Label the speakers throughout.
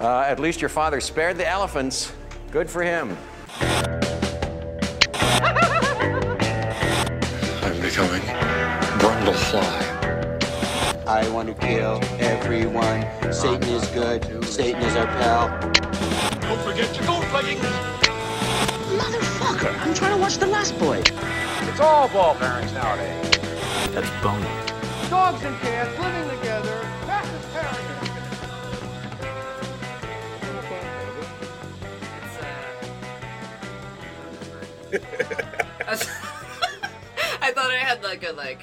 Speaker 1: Uh, at least your father spared the elephants. Good for him.
Speaker 2: I'm becoming Brundlefly.
Speaker 3: I want to kill everyone. Satan is good. Satan is our pal.
Speaker 4: Don't forget your gold leggings.
Speaker 3: Motherfucker, I'm trying to watch The Last Boy.
Speaker 4: It's all ball bearings nowadays.
Speaker 5: That's bony.
Speaker 6: dogs and cats living together. That's a paradise.
Speaker 7: uh, I thought I had like a like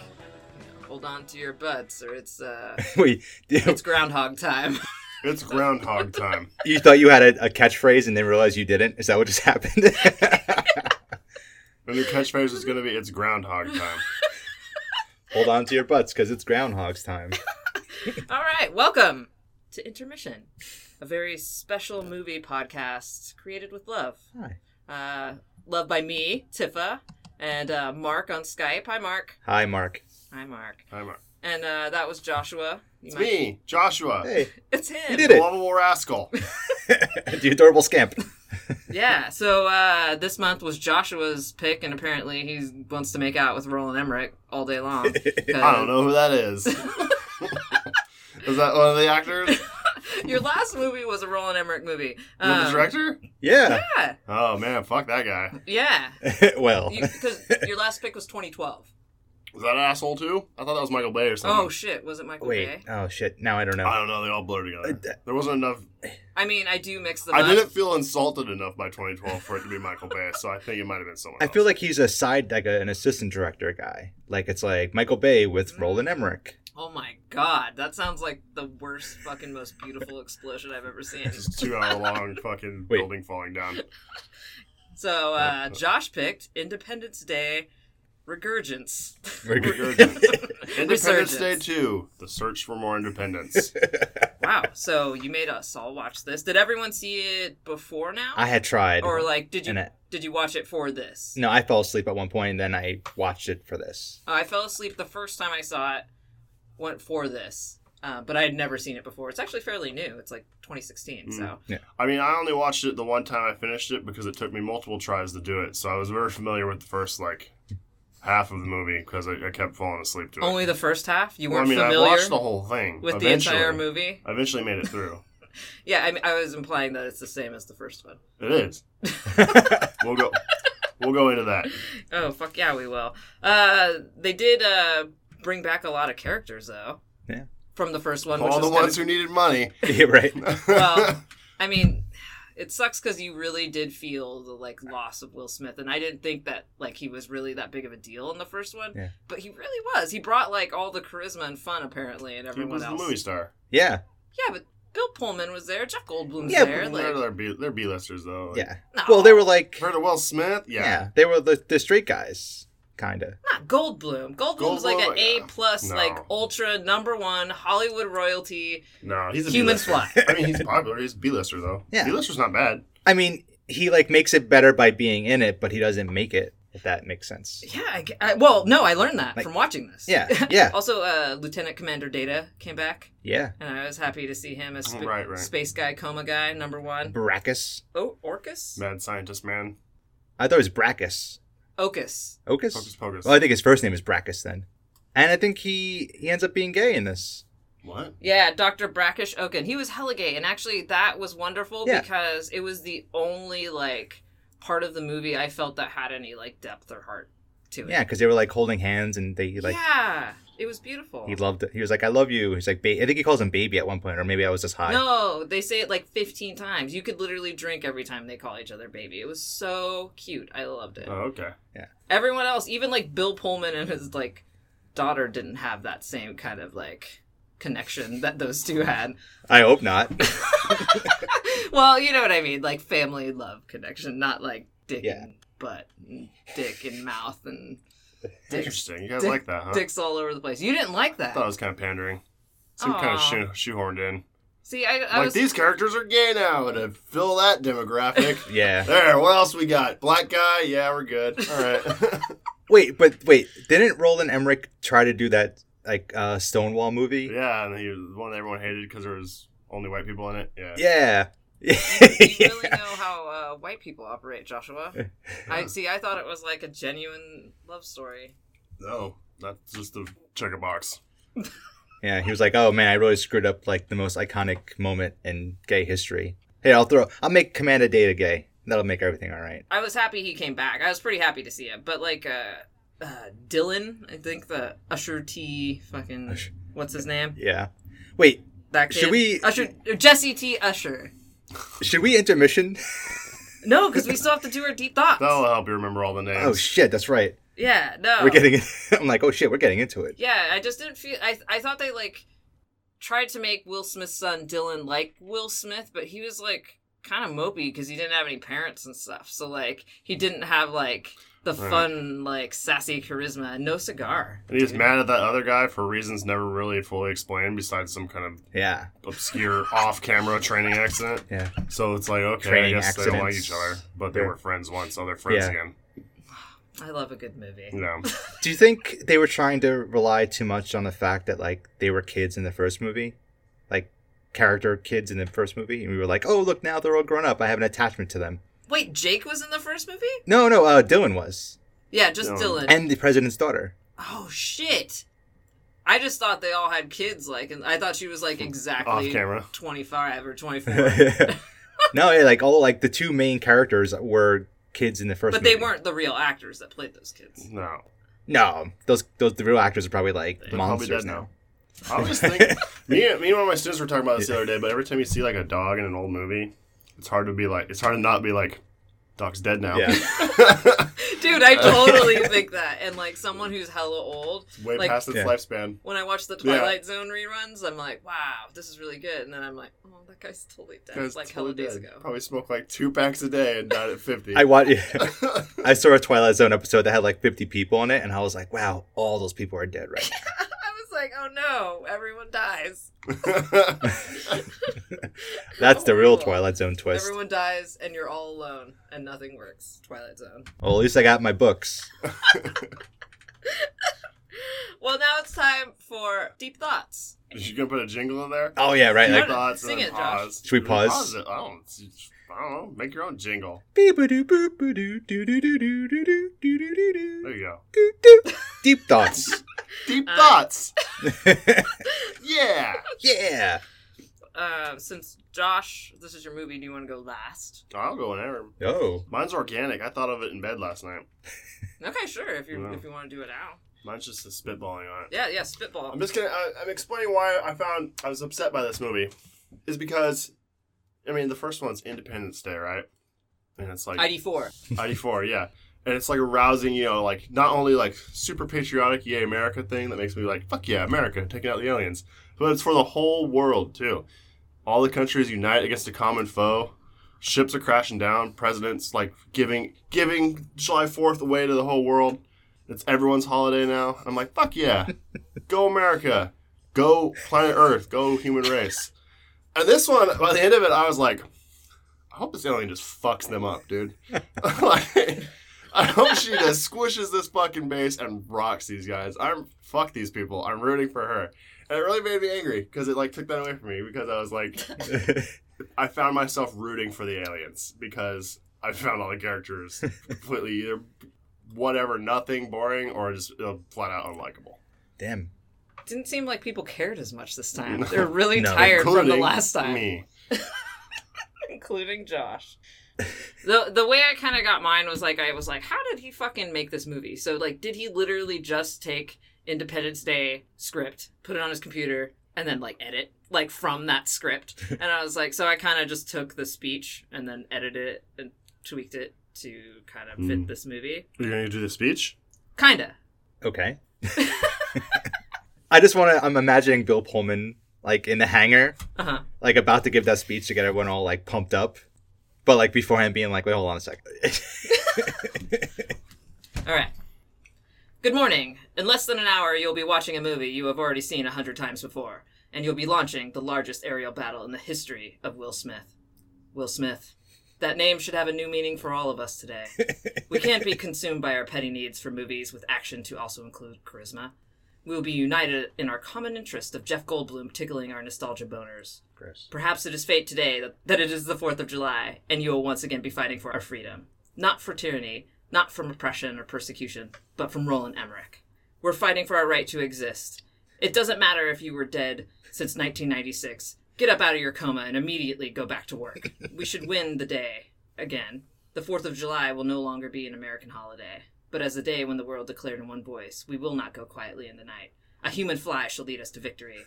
Speaker 7: hold on to your butts or it's uh
Speaker 8: Wait,
Speaker 7: it's groundhog time.
Speaker 9: It's groundhog time.
Speaker 8: you thought you had a, a catchphrase and then realized you didn't? Is that what just happened?
Speaker 9: The new catchphrase is going to be it's groundhog time.
Speaker 8: Hold on to your butts because it's Groundhog's time.
Speaker 7: All right, welcome to Intermission, a very special movie podcast created with love.
Speaker 8: Hi.
Speaker 7: Uh love by me, Tifa, and uh Mark on Skype. Hi Mark.
Speaker 8: Hi, Mark.
Speaker 7: Hi Mark.
Speaker 9: I'm a-
Speaker 7: And uh that was Joshua. You
Speaker 9: It's
Speaker 7: might-
Speaker 9: me, Joshua.
Speaker 8: Hey,
Speaker 7: It's him.
Speaker 8: you did it.
Speaker 9: Lovable rascal.
Speaker 8: the adorable scamp.
Speaker 7: Yeah, so uh, this month was Joshua's pick, and apparently he wants to make out with Roland Emmerich all day long.
Speaker 9: I don't know who that is. is that one of the actors? Is
Speaker 7: Your last movie was a Roland Emmerich movie.
Speaker 9: that the
Speaker 7: Um,
Speaker 9: director?
Speaker 8: Yeah.
Speaker 7: Yeah,
Speaker 9: Oh man, fuck that guy.
Speaker 7: yeah.
Speaker 8: well,
Speaker 7: Because your last pick was 2012.
Speaker 9: Was that an asshole too? I thought that was Michael Bay or something.
Speaker 7: Oh shit, was it Michael
Speaker 8: wait.
Speaker 7: Bay?
Speaker 8: Oh shit. Now I don't know.
Speaker 9: I don't know. They all blur together. There wasn't enough.
Speaker 7: I mean, I do mix them
Speaker 9: I
Speaker 7: up.
Speaker 9: didn't feel insulted enough by 2012 for it to be Michael Bay, so I think it might have been someone.
Speaker 8: I
Speaker 9: else.
Speaker 8: feel like he's a side, like a, an assistant director guy. Like it's like Michael Bay
Speaker 7: Mm.
Speaker 8: with Roland Emmerich.
Speaker 7: Oh my god, that sounds like the worst fucking most beautiful explosion I've ever seen.
Speaker 9: It's a two hour long fucking
Speaker 8: Wait.
Speaker 9: building falling down.
Speaker 7: So uh, Josh picked Independence Day Regurgence.
Speaker 9: Independence Day
Speaker 7: Resurgence.
Speaker 9: 2, The Search for More Independence.
Speaker 7: Wow. So you made us all watch this. Did everyone see it before now?
Speaker 8: I had tried.
Speaker 7: or like did you
Speaker 8: and I-
Speaker 7: did you watch it for this?
Speaker 8: no, I fell asleep at one point, and then I watched it for this.
Speaker 7: Uh, I fell asleep the first time I saw it. Went for this, uh, but I had never seen it before. It's actually fairly new. It's like
Speaker 9: Hmm.
Speaker 7: 2016. So
Speaker 9: I mean, I only watched it the one time I finished it because it took me multiple tries to do it, so I was very familiar with the first, like, half of the movie because I, I kept falling asleep to it.
Speaker 7: only the first half. You
Speaker 9: Well, I
Speaker 7: weren't
Speaker 9: mean, I
Speaker 7: familiar
Speaker 9: watched the whole thing.
Speaker 7: with the
Speaker 9: eventually.
Speaker 7: entire movie.
Speaker 9: I eventually made it through.
Speaker 7: Yeah, I, mean, I was implying that it's the same as the first one.
Speaker 9: It is. we'll go. We'll go into that.
Speaker 7: Oh fuck yeah, we will. Uh, they did uh, bring back a lot of characters though.
Speaker 8: Yeah.
Speaker 7: From the first one, which
Speaker 9: All the
Speaker 7: was kinda
Speaker 9: ones who needed money.
Speaker 8: Yeah, right.
Speaker 7: well, I mean, it sucks because you really did feel the like loss of Will Smith, and I didn't think that like he was really that big of a deal in the first one,
Speaker 8: Yeah.
Speaker 7: but he really was. He brought like all the charisma and fun apparently, and
Speaker 9: He
Speaker 7: everyone
Speaker 9: was the
Speaker 7: else.
Speaker 9: movie star.
Speaker 8: Yeah.
Speaker 7: Yeah, but Bill Pullman was there, Jeff Goldblum's
Speaker 8: Yeah,
Speaker 7: there.
Speaker 9: They're,
Speaker 7: Like,
Speaker 9: they're, B, they're B-listers, though. Like,
Speaker 8: Yeah.
Speaker 7: No.
Speaker 8: Well, they were like,
Speaker 9: Heard of Will Smith?
Speaker 8: yeah.
Speaker 9: Yeah.
Speaker 8: they were the, the straight guys, kind of.
Speaker 7: not Goldblum. Goldblum's like
Speaker 9: Goldblum,
Speaker 7: an A
Speaker 9: yeah.
Speaker 7: plus,
Speaker 9: No.
Speaker 7: like ultra number one Hollywood royalty.
Speaker 9: No, he's a
Speaker 7: Humans
Speaker 9: B-lister.
Speaker 7: fly.
Speaker 9: I mean, he's popular. He's a B-lister, though.
Speaker 8: Yeah.
Speaker 9: B-lister's not bad.
Speaker 8: I mean, he like makes it better by being in it, but he doesn't make it. If that makes sense.
Speaker 7: Yeah, I, ge- I- well, no, I learned that
Speaker 8: Like-
Speaker 7: from watching this.
Speaker 8: Yeah, yeah.
Speaker 7: also, uh, Lieutenant Commander Data came back.
Speaker 8: Yeah.
Speaker 7: And I was happy to see him as sp-
Speaker 9: Oh, Right, right.
Speaker 7: space guy, coma guy, number one.
Speaker 8: Brackus.
Speaker 7: Oh, Orcus?
Speaker 9: Mad scientist, man.
Speaker 8: I thought it was Brackus.
Speaker 7: Ocus.
Speaker 8: Ocus.
Speaker 9: Focus, focus.
Speaker 8: Well, I think his first name is Brackus then, and I think he he ends up being gay in this.
Speaker 9: What?
Speaker 7: Yeah, Dr. Brackish Oken. He was hella gay. And actually, that was wonderful
Speaker 8: Yeah.
Speaker 7: because it was the only, like, part of the movie I felt that had any, like, depth or heart to it.
Speaker 8: Yeah, because they were like holding hands, and they like
Speaker 7: yeah. It was beautiful.
Speaker 8: he loved it. He was like, "I love you." He's like, ba- I think he calls him baby at one point, or maybe I was just high.
Speaker 7: no, they say it like 15 times. You could literally drink every time they call each other baby. It was so cute. I loved it.
Speaker 9: Oh, okay.
Speaker 7: Everyone else, even like Bill Pullman and his like daughter, didn't have that same kind of like connection that those two had.
Speaker 8: I hope not.
Speaker 7: Well, you know what I mean, like family love connection, not like dick
Speaker 8: Yeah.
Speaker 7: and butt, and dick and mouth and dicks,
Speaker 9: Interesting. You guys
Speaker 7: Dick-
Speaker 9: like that, huh?
Speaker 7: dicks all over the place. You didn't like
Speaker 9: I thought it
Speaker 7: that.
Speaker 9: was kind of pandering. Some kind of
Speaker 7: Aw.
Speaker 9: shoe, shoehorned in.
Speaker 7: See, I, I
Speaker 9: like,
Speaker 7: was
Speaker 9: these characters are gay now to fill that demographic.
Speaker 8: yeah.
Speaker 9: There, what else we got? Black guy? Yeah, we're good. All right.
Speaker 8: Wait, but wait, didn't Roland Emmerich try to do that like uh Stonewall movie?
Speaker 9: yeah, and he was the one that everyone hated because there was Only white people in it. Yeah.
Speaker 8: Yeah.
Speaker 7: You
Speaker 8: yeah.
Speaker 7: really know how uh, white people operate, Joshua. I see. I thought it was like a genuine love story.
Speaker 9: No, that's just a check a box.
Speaker 8: Yeah, he was like, "Oh man, I really screwed up like the most iconic moment in gay history." Hey, I'll throw, I'll make Commander Data gay. That'll make everything all right.
Speaker 7: I was happy he came back. I was pretty happy to see him. But like uh, uh, Dylan, I think the Usher T. Fucking
Speaker 8: Usher.
Speaker 7: what's his name?
Speaker 8: Yeah. Wait,
Speaker 7: That kid.
Speaker 8: Should we-
Speaker 7: Usher Jesse T. Usher.
Speaker 8: should we intermission?
Speaker 7: No, because we still have to do our deep thoughts.
Speaker 9: That'll help you remember all the names.
Speaker 8: Oh shit, that's right.
Speaker 7: Yeah, no.
Speaker 8: uh, We're getting. I'm like, oh shit, we're getting into it.
Speaker 7: Yeah, I just didn't feel. I I thought they like tried to make Will Smith's son Dylan like Will Smith, but he was like kind of mopey because he didn't have any parents and stuff. So like he didn't have like the
Speaker 9: Right.
Speaker 7: fun like sassy charisma. No cigar.
Speaker 9: And he was mad at that other guy for reasons never really fully explained, besides some kind of
Speaker 8: Yeah.
Speaker 9: obscure off-camera training accident.
Speaker 8: Yeah.
Speaker 9: So it's like, okay,
Speaker 8: Training
Speaker 9: I guess they don't like
Speaker 8: accidents.
Speaker 9: each other, but they
Speaker 8: Yeah.
Speaker 9: were friends once, so they're friends
Speaker 8: Yeah.
Speaker 9: again.
Speaker 7: I love a good movie.
Speaker 9: No,
Speaker 8: Do you think they were trying to rely too much on the fact that like they were kids in the first movie, like character kids in the first movie, and we were like, oh look, now they're all grown up. I have an attachment to them.
Speaker 7: Wait, Jake was in the first movie?
Speaker 8: No, no, uh, Dylan was,
Speaker 7: Yeah, just
Speaker 9: No.
Speaker 7: Dylan.
Speaker 8: and the president's daughter.
Speaker 7: oh shit. I just thought they all had kids, like, and I thought she was like exactly
Speaker 9: Off camera.
Speaker 7: twenty-five or twenty-four,
Speaker 8: no, yeah, like all like the two main characters were kids in the first.
Speaker 7: but they
Speaker 8: movie.
Speaker 7: weren't the real actors that played those kids.
Speaker 9: no.
Speaker 8: No, those those the real actors are probably like
Speaker 9: They're probably
Speaker 8: monsters
Speaker 9: dead
Speaker 8: now.
Speaker 9: now. I was just thinking, me, and- me and one of my students were talking about this the other day, but every time you see like a dog in an old movie, it's hard to be like, it's hard to not be like, dog's dead now.
Speaker 8: Yeah.
Speaker 7: Dude, I totally think that. And like someone who's hella old,
Speaker 9: Way
Speaker 7: like
Speaker 9: past its
Speaker 8: Yeah.
Speaker 9: lifespan.
Speaker 7: when I watch the
Speaker 9: Yeah.
Speaker 7: Twilight Zone reruns, I'm like, wow, this is really good. And then I'm like, oh, that guy's totally dead.
Speaker 9: It's
Speaker 7: like
Speaker 9: totally
Speaker 7: hella days
Speaker 9: dead.
Speaker 7: ago.
Speaker 9: Probably smoked like two packs a day and died at 50.
Speaker 8: I watched. I saw a Twilight Zone episode that had like 50 people in it, and I was like, "Wow, all those people are dead right now."
Speaker 7: I was like, oh no, everyone dies.
Speaker 8: That's the real
Speaker 7: Cool.
Speaker 8: Twilight Zone twist.
Speaker 7: Everyone dies, and you're all alone, and nothing works. Twilight Zone.
Speaker 8: Well, at least I got my books.
Speaker 7: Well, now it's time for deep thoughts.
Speaker 9: you gonna put a jingle in there?
Speaker 8: Oh yeah, right.
Speaker 7: No,
Speaker 8: Like
Speaker 7: no.
Speaker 9: Thoughts
Speaker 7: Sing
Speaker 9: and
Speaker 7: it,
Speaker 9: then
Speaker 7: Josh.
Speaker 9: pause.
Speaker 8: Should we pause?
Speaker 9: it. I don't. I don't know. Make your own jingle.
Speaker 8: beep-a-doo, boop-a-doo, doo-doo-doo-doo, doo-doo,
Speaker 9: There
Speaker 8: doo-doo-doo,
Speaker 9: you go.
Speaker 8: doo-doo. deep thoughts.
Speaker 9: Deep
Speaker 7: Uh,
Speaker 9: thoughts. yeah.
Speaker 8: yeah.
Speaker 7: Uh, since Josh, this is your movie, do you want to go last?
Speaker 9: I'll go whenever.
Speaker 8: Oh,
Speaker 9: Mine's organic. I thought of it in bed last night.
Speaker 7: Okay, sure. If you
Speaker 9: No.
Speaker 7: if you want to do it now.
Speaker 9: Mine's just a spitballing on it.
Speaker 7: Yeah, yeah. Spitball.
Speaker 9: I'm just gonna. I, I'm explaining why I found I was upset by this movie, is because, I mean, the first one's Independence Day, right? And it's like
Speaker 7: ID four.
Speaker 9: ID four, yeah. And it's like a rousing, you know, like not only like super patriotic yay America thing that makes me like, fuck yeah, America, taking out the aliens. But it's for the whole world too. All the countries unite against a common foe. Ships are crashing down, presidents like giving giving July fourth away to the whole world. It's everyone's holiday now. I'm like, fuck yeah. Go America. Go planet Earth. Go human race. And this one, by the end of it, I was like, I hope this alien just fucks them up, dude. like, I hope she just squishes this fucking base and rocks these guys. I'm fuck these people. I'm rooting for her, and it really made me angry because it like took that away from me because I was like, I found myself rooting for the aliens because I found all the characters completely either whatever, nothing, boring, or just uh, flat out unlikable.
Speaker 8: damn.
Speaker 7: Didn't seem like people cared as much this time.
Speaker 9: No.
Speaker 7: They're really
Speaker 8: No.
Speaker 7: tired from the
Speaker 9: Including
Speaker 7: last time,
Speaker 9: me.
Speaker 7: including Josh. the The way I kind of got mine was like I was like, how did he fucking make this movie? So like, did he literally just take Independence Day script, put it on his computer, and then like edit like from that script? and I was like, so I kind of just took the speech and then edited it and tweaked it to kind of fit
Speaker 9: Mm.
Speaker 7: this movie.
Speaker 9: You're gonna do the speech?
Speaker 7: Kinda.
Speaker 8: Okay. I just want to. I'm imagining Bill Pullman like in the hangar,
Speaker 7: Uh huh.
Speaker 8: like about to give that speech to get everyone all like pumped up, but like beforehand being like, wait, hold on a second.
Speaker 7: All right. Good morning. In less than an hour, you'll be watching a movie you have already seen a hundred times before, and you'll be launching the largest aerial battle in the history of Will Smith. Will Smith. That name should have a new meaning for all of us today. we can't be consumed by our petty needs for movies with action to also include charisma. We will be united in our common interest of Jeff Goldblum tickling our nostalgia boners.
Speaker 8: Gross.
Speaker 7: Perhaps it is fate today that, that it is the 4th of July, and you will once again be fighting for our freedom. Not for tyranny, not from oppression or persecution, but from Roland Emmerich. We're fighting for our right to exist. It doesn't matter if you were dead since 1996. Get up out of your coma and immediately go back to work. We should win the day again. The 4th of July will no longer be an American holiday, but as the day when the world declared in one voice, we will not go quietly in the night. A human fly shall lead us to victory.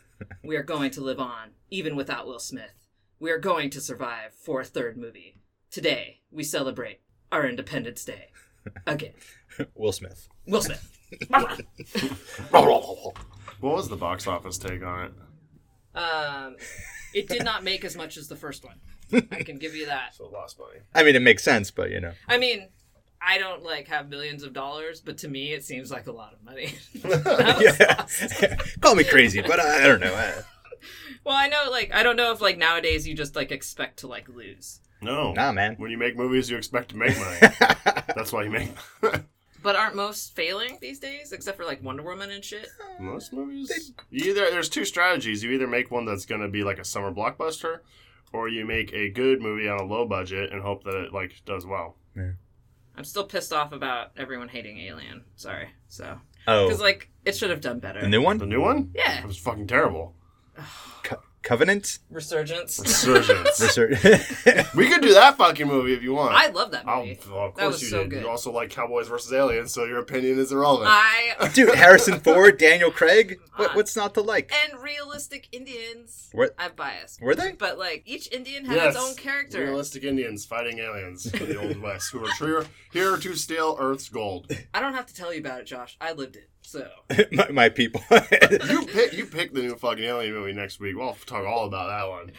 Speaker 7: We are going to live on, even without Will Smith. We are going to survive for a third movie. Today, we celebrate our Independence Day. Again.
Speaker 8: Will Smith.
Speaker 7: Will Smith.
Speaker 9: What was the box office take on it?
Speaker 7: Um, it did not make as much as the first one. I can give you that.
Speaker 9: So it lost money.
Speaker 8: I mean, it makes sense, but you know,
Speaker 7: I mean, I don't like have millions of dollars, but to me, it seems like a lot of money.
Speaker 8: yeah. call me crazy, but I, I don't know. I,
Speaker 7: well, I know, like, I don't know if like nowadays you just like expect to like lose,
Speaker 9: No.
Speaker 8: Nah, man.
Speaker 9: When you make movies, you expect to make money. That's why you make
Speaker 7: but aren't most failing these days, except for like Wonder Woman and shit.
Speaker 9: most movies. You either there's two strategies. You either make one that's going to be like a summer blockbuster, or you make a good movie on a low budget and hope that it like does well.
Speaker 7: I'm still pissed off about everyone hating Alien. Sorry, so
Speaker 8: Oh,
Speaker 7: because like it should have done better.
Speaker 8: the new
Speaker 9: The
Speaker 8: one,
Speaker 9: new one?
Speaker 7: Yeah.
Speaker 9: It was fucking terrible.
Speaker 8: Co- Covenant.
Speaker 7: Resurgence.
Speaker 9: Surgeons.
Speaker 8: Reser-
Speaker 9: we could do that fucking movie if you want.
Speaker 7: I love that
Speaker 9: I'll, well,
Speaker 7: movie.
Speaker 9: of course
Speaker 7: that was
Speaker 9: you
Speaker 7: so
Speaker 9: did.
Speaker 7: good.
Speaker 9: You also like Cowboys versus Aliens, so your opinion is irrelevant.
Speaker 7: I
Speaker 8: Dude, Harrison Ford, Daniel Craig. What, what's not to like?
Speaker 7: and realistic Indians.
Speaker 8: Were-
Speaker 7: I'm biased.
Speaker 8: Were they?
Speaker 7: But like each Indian had its own character.
Speaker 9: Realistic Indians fighting aliens in the old west who are true, here to steal Earth's gold.
Speaker 7: I don't have to tell you about it, Josh. I lived it. So
Speaker 8: my, my people.
Speaker 9: You pick you pick the new fucking alien movie next week. We'll talk all about that one.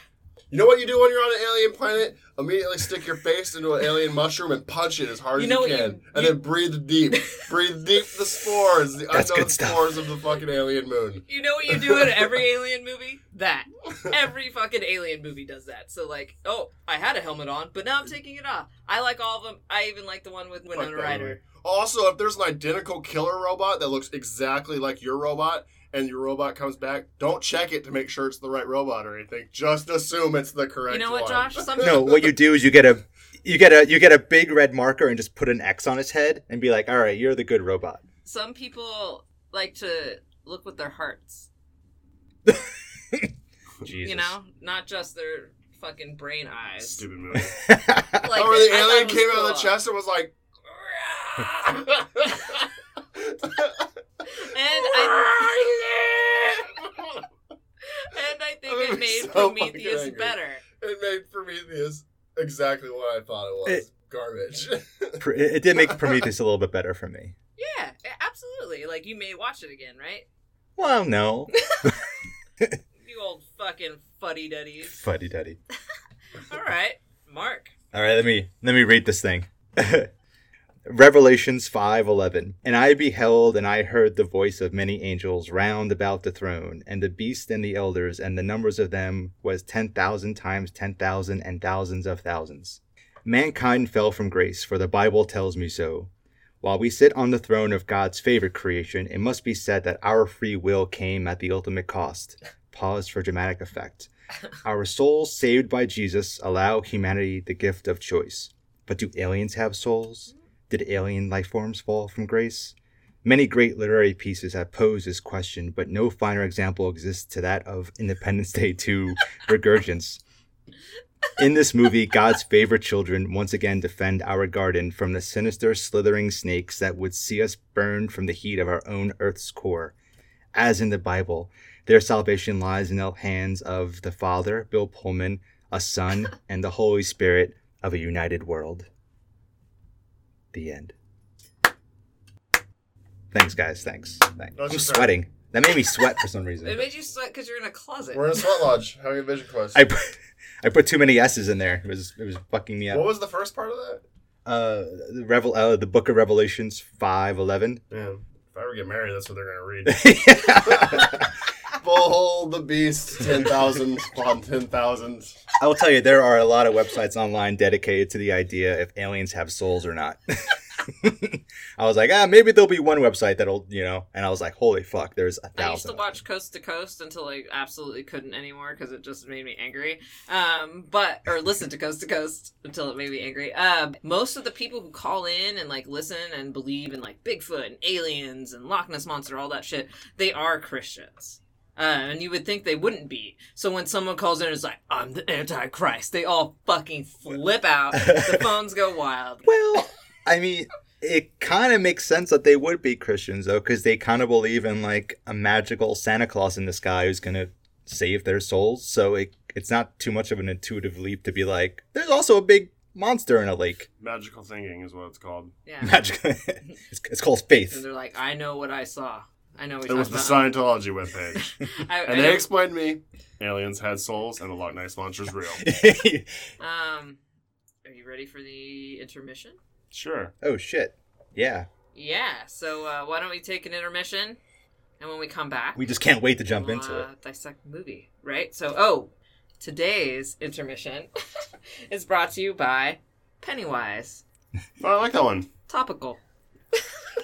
Speaker 9: You know what you do when you're on an alien planet? Immediately stick your face into an alien mushroom and punch it as hard
Speaker 7: You
Speaker 9: as
Speaker 7: know what
Speaker 9: you
Speaker 7: you-
Speaker 9: can, and
Speaker 7: you-
Speaker 9: then breathe deep, breathe deep the spores, the
Speaker 8: That's
Speaker 9: unknown
Speaker 8: good stuff.
Speaker 9: spores of the fucking alien moon.
Speaker 7: you know what you do in every alien movie? That. Every fucking alien movie does that. So like, oh, I had a helmet on, but now I'm taking it off. I like all of them. I even like the one with
Speaker 9: Fuck
Speaker 7: Winona
Speaker 9: that movie.
Speaker 7: Ryder.
Speaker 9: Also, if there's an identical killer robot that looks exactly like your robot and your robot comes back, don't check it to make sure it's the right robot or anything. Just assume it's the correct
Speaker 7: You know what,
Speaker 9: one.
Speaker 7: Josh? Some
Speaker 8: no, what you do is you get a you get a you get a big red marker and just put an X on his head and be like, "All right, you're the good robot."
Speaker 7: some people like to look with their hearts.
Speaker 8: Jesus.
Speaker 7: You know, not just their fucking brain eyes.
Speaker 9: Stupid movie. or
Speaker 7: Like,
Speaker 9: the
Speaker 7: I thought
Speaker 9: alien
Speaker 7: it was
Speaker 9: came out of the
Speaker 7: cool.
Speaker 9: chest and was like,
Speaker 7: and I and I think
Speaker 9: I'm
Speaker 7: it made
Speaker 9: so fucking
Speaker 7: Prometheus
Speaker 9: angry.
Speaker 7: better.
Speaker 9: it made Prometheus exactly what I thought it was.
Speaker 8: It-
Speaker 9: Garbage.
Speaker 8: Pr- It it did make Prometheus a little bit better for me.
Speaker 7: Yeah, a- absolutely. Like you may watch it again, right?
Speaker 8: Well, no,
Speaker 7: You old fucking fuddy duddies.
Speaker 8: fuddy duddy.
Speaker 7: All right, Mark.
Speaker 8: All right, let me let me read this thing. Revelations 5:11. And I beheld and I heard the voice of many angels round about the throne and the beast and the elders and the numbers of them was 10,000 times ten thousand, and thousands of thousands. Mankind fell from grace for the Bible tells me so. While we sit on the throne of God's favorite creation, it must be said that our free will came at the ultimate cost. Pause for dramatic effect. Our souls saved by Jesus allow humanity the gift of choice. But do aliens have souls? Did alien life forms fall from grace? Many great literary pieces have posed this question, but no finer example exists to that of Independence Day 2 Regurgence. In this movie, God's favorite children once again defend our garden from the sinister, slithering snakes that would see us burn from the heat of our own Earth's core. As in the Bible, their salvation lies in the hands of the Father, Bill Pullman, a Son, and the Holy Spirit of a united world. The end. Thanks, guys. Thanks. Thanks.
Speaker 9: That's
Speaker 8: I'm
Speaker 9: just-
Speaker 8: sweating. That made me sweat for some
Speaker 7: It
Speaker 8: reason.
Speaker 7: made you sweat because you're in a closet.
Speaker 9: We're in a sweat lodge having a vision quest.
Speaker 8: I put, I put too many S's in there. It was it was fucking me
Speaker 9: What
Speaker 8: up.
Speaker 9: was the first part of that?
Speaker 8: Uh, the Revel uh, the Book of Revelations five eleven.
Speaker 9: Yeah. If I ever get married, that's what they're gonna read.
Speaker 8: I
Speaker 9: Behold the beast, ten thousand upon ten thousand.
Speaker 8: will tell you there are a lot of websites online dedicated to the idea if aliens have souls or not. I was like, ah, maybe there'll be one website that'll, you know. And I was like, holy fuck, there's a
Speaker 7: I used to
Speaker 8: thousand.
Speaker 7: watch Coast to Coast until I absolutely couldn't anymore because it just made me angry. Um, but or listen to Coast to Coast until it made me angry. Um, most of the people who call in and like listen and believe in like Bigfoot and aliens and Loch Ness monster, all that shit, they are Christians. Uh, and you would think they wouldn't be. So when someone calls in and is like, "I'm the Antichrist," they all fucking flip out. the phones go wild.
Speaker 8: Well, I mean, it kind of makes sense that they would be Christians though, because they kind of believe in like a magical Santa Claus in the sky who's gonna save their souls. So it it's not too much of an intuitive leap to be like, there's also a big monster in a lake.
Speaker 9: Magical thinking is what it's called.
Speaker 7: Yeah.
Speaker 8: Magic. it's, it's called
Speaker 7: And
Speaker 8: faith.
Speaker 7: they're like, "I know what I saw. I know." What
Speaker 9: It was the
Speaker 7: about.
Speaker 9: Scientology webpage.
Speaker 7: I, I
Speaker 9: And
Speaker 7: know-
Speaker 9: they explained to me aliens had souls and the Loch Ness Monster's real.
Speaker 7: Um, are you ready for the intermission?
Speaker 9: Sure.
Speaker 8: oh shit. Yeah.
Speaker 7: Yeah. So uh, why don't we take an intermission, and when we come back,
Speaker 8: We just can't wait to jump
Speaker 7: we'll,
Speaker 8: into it.
Speaker 7: uh, Dissect the movie, right? So oh, today's intermission is brought to you by Pennywise.
Speaker 9: Oh, I like that one.
Speaker 7: Topical.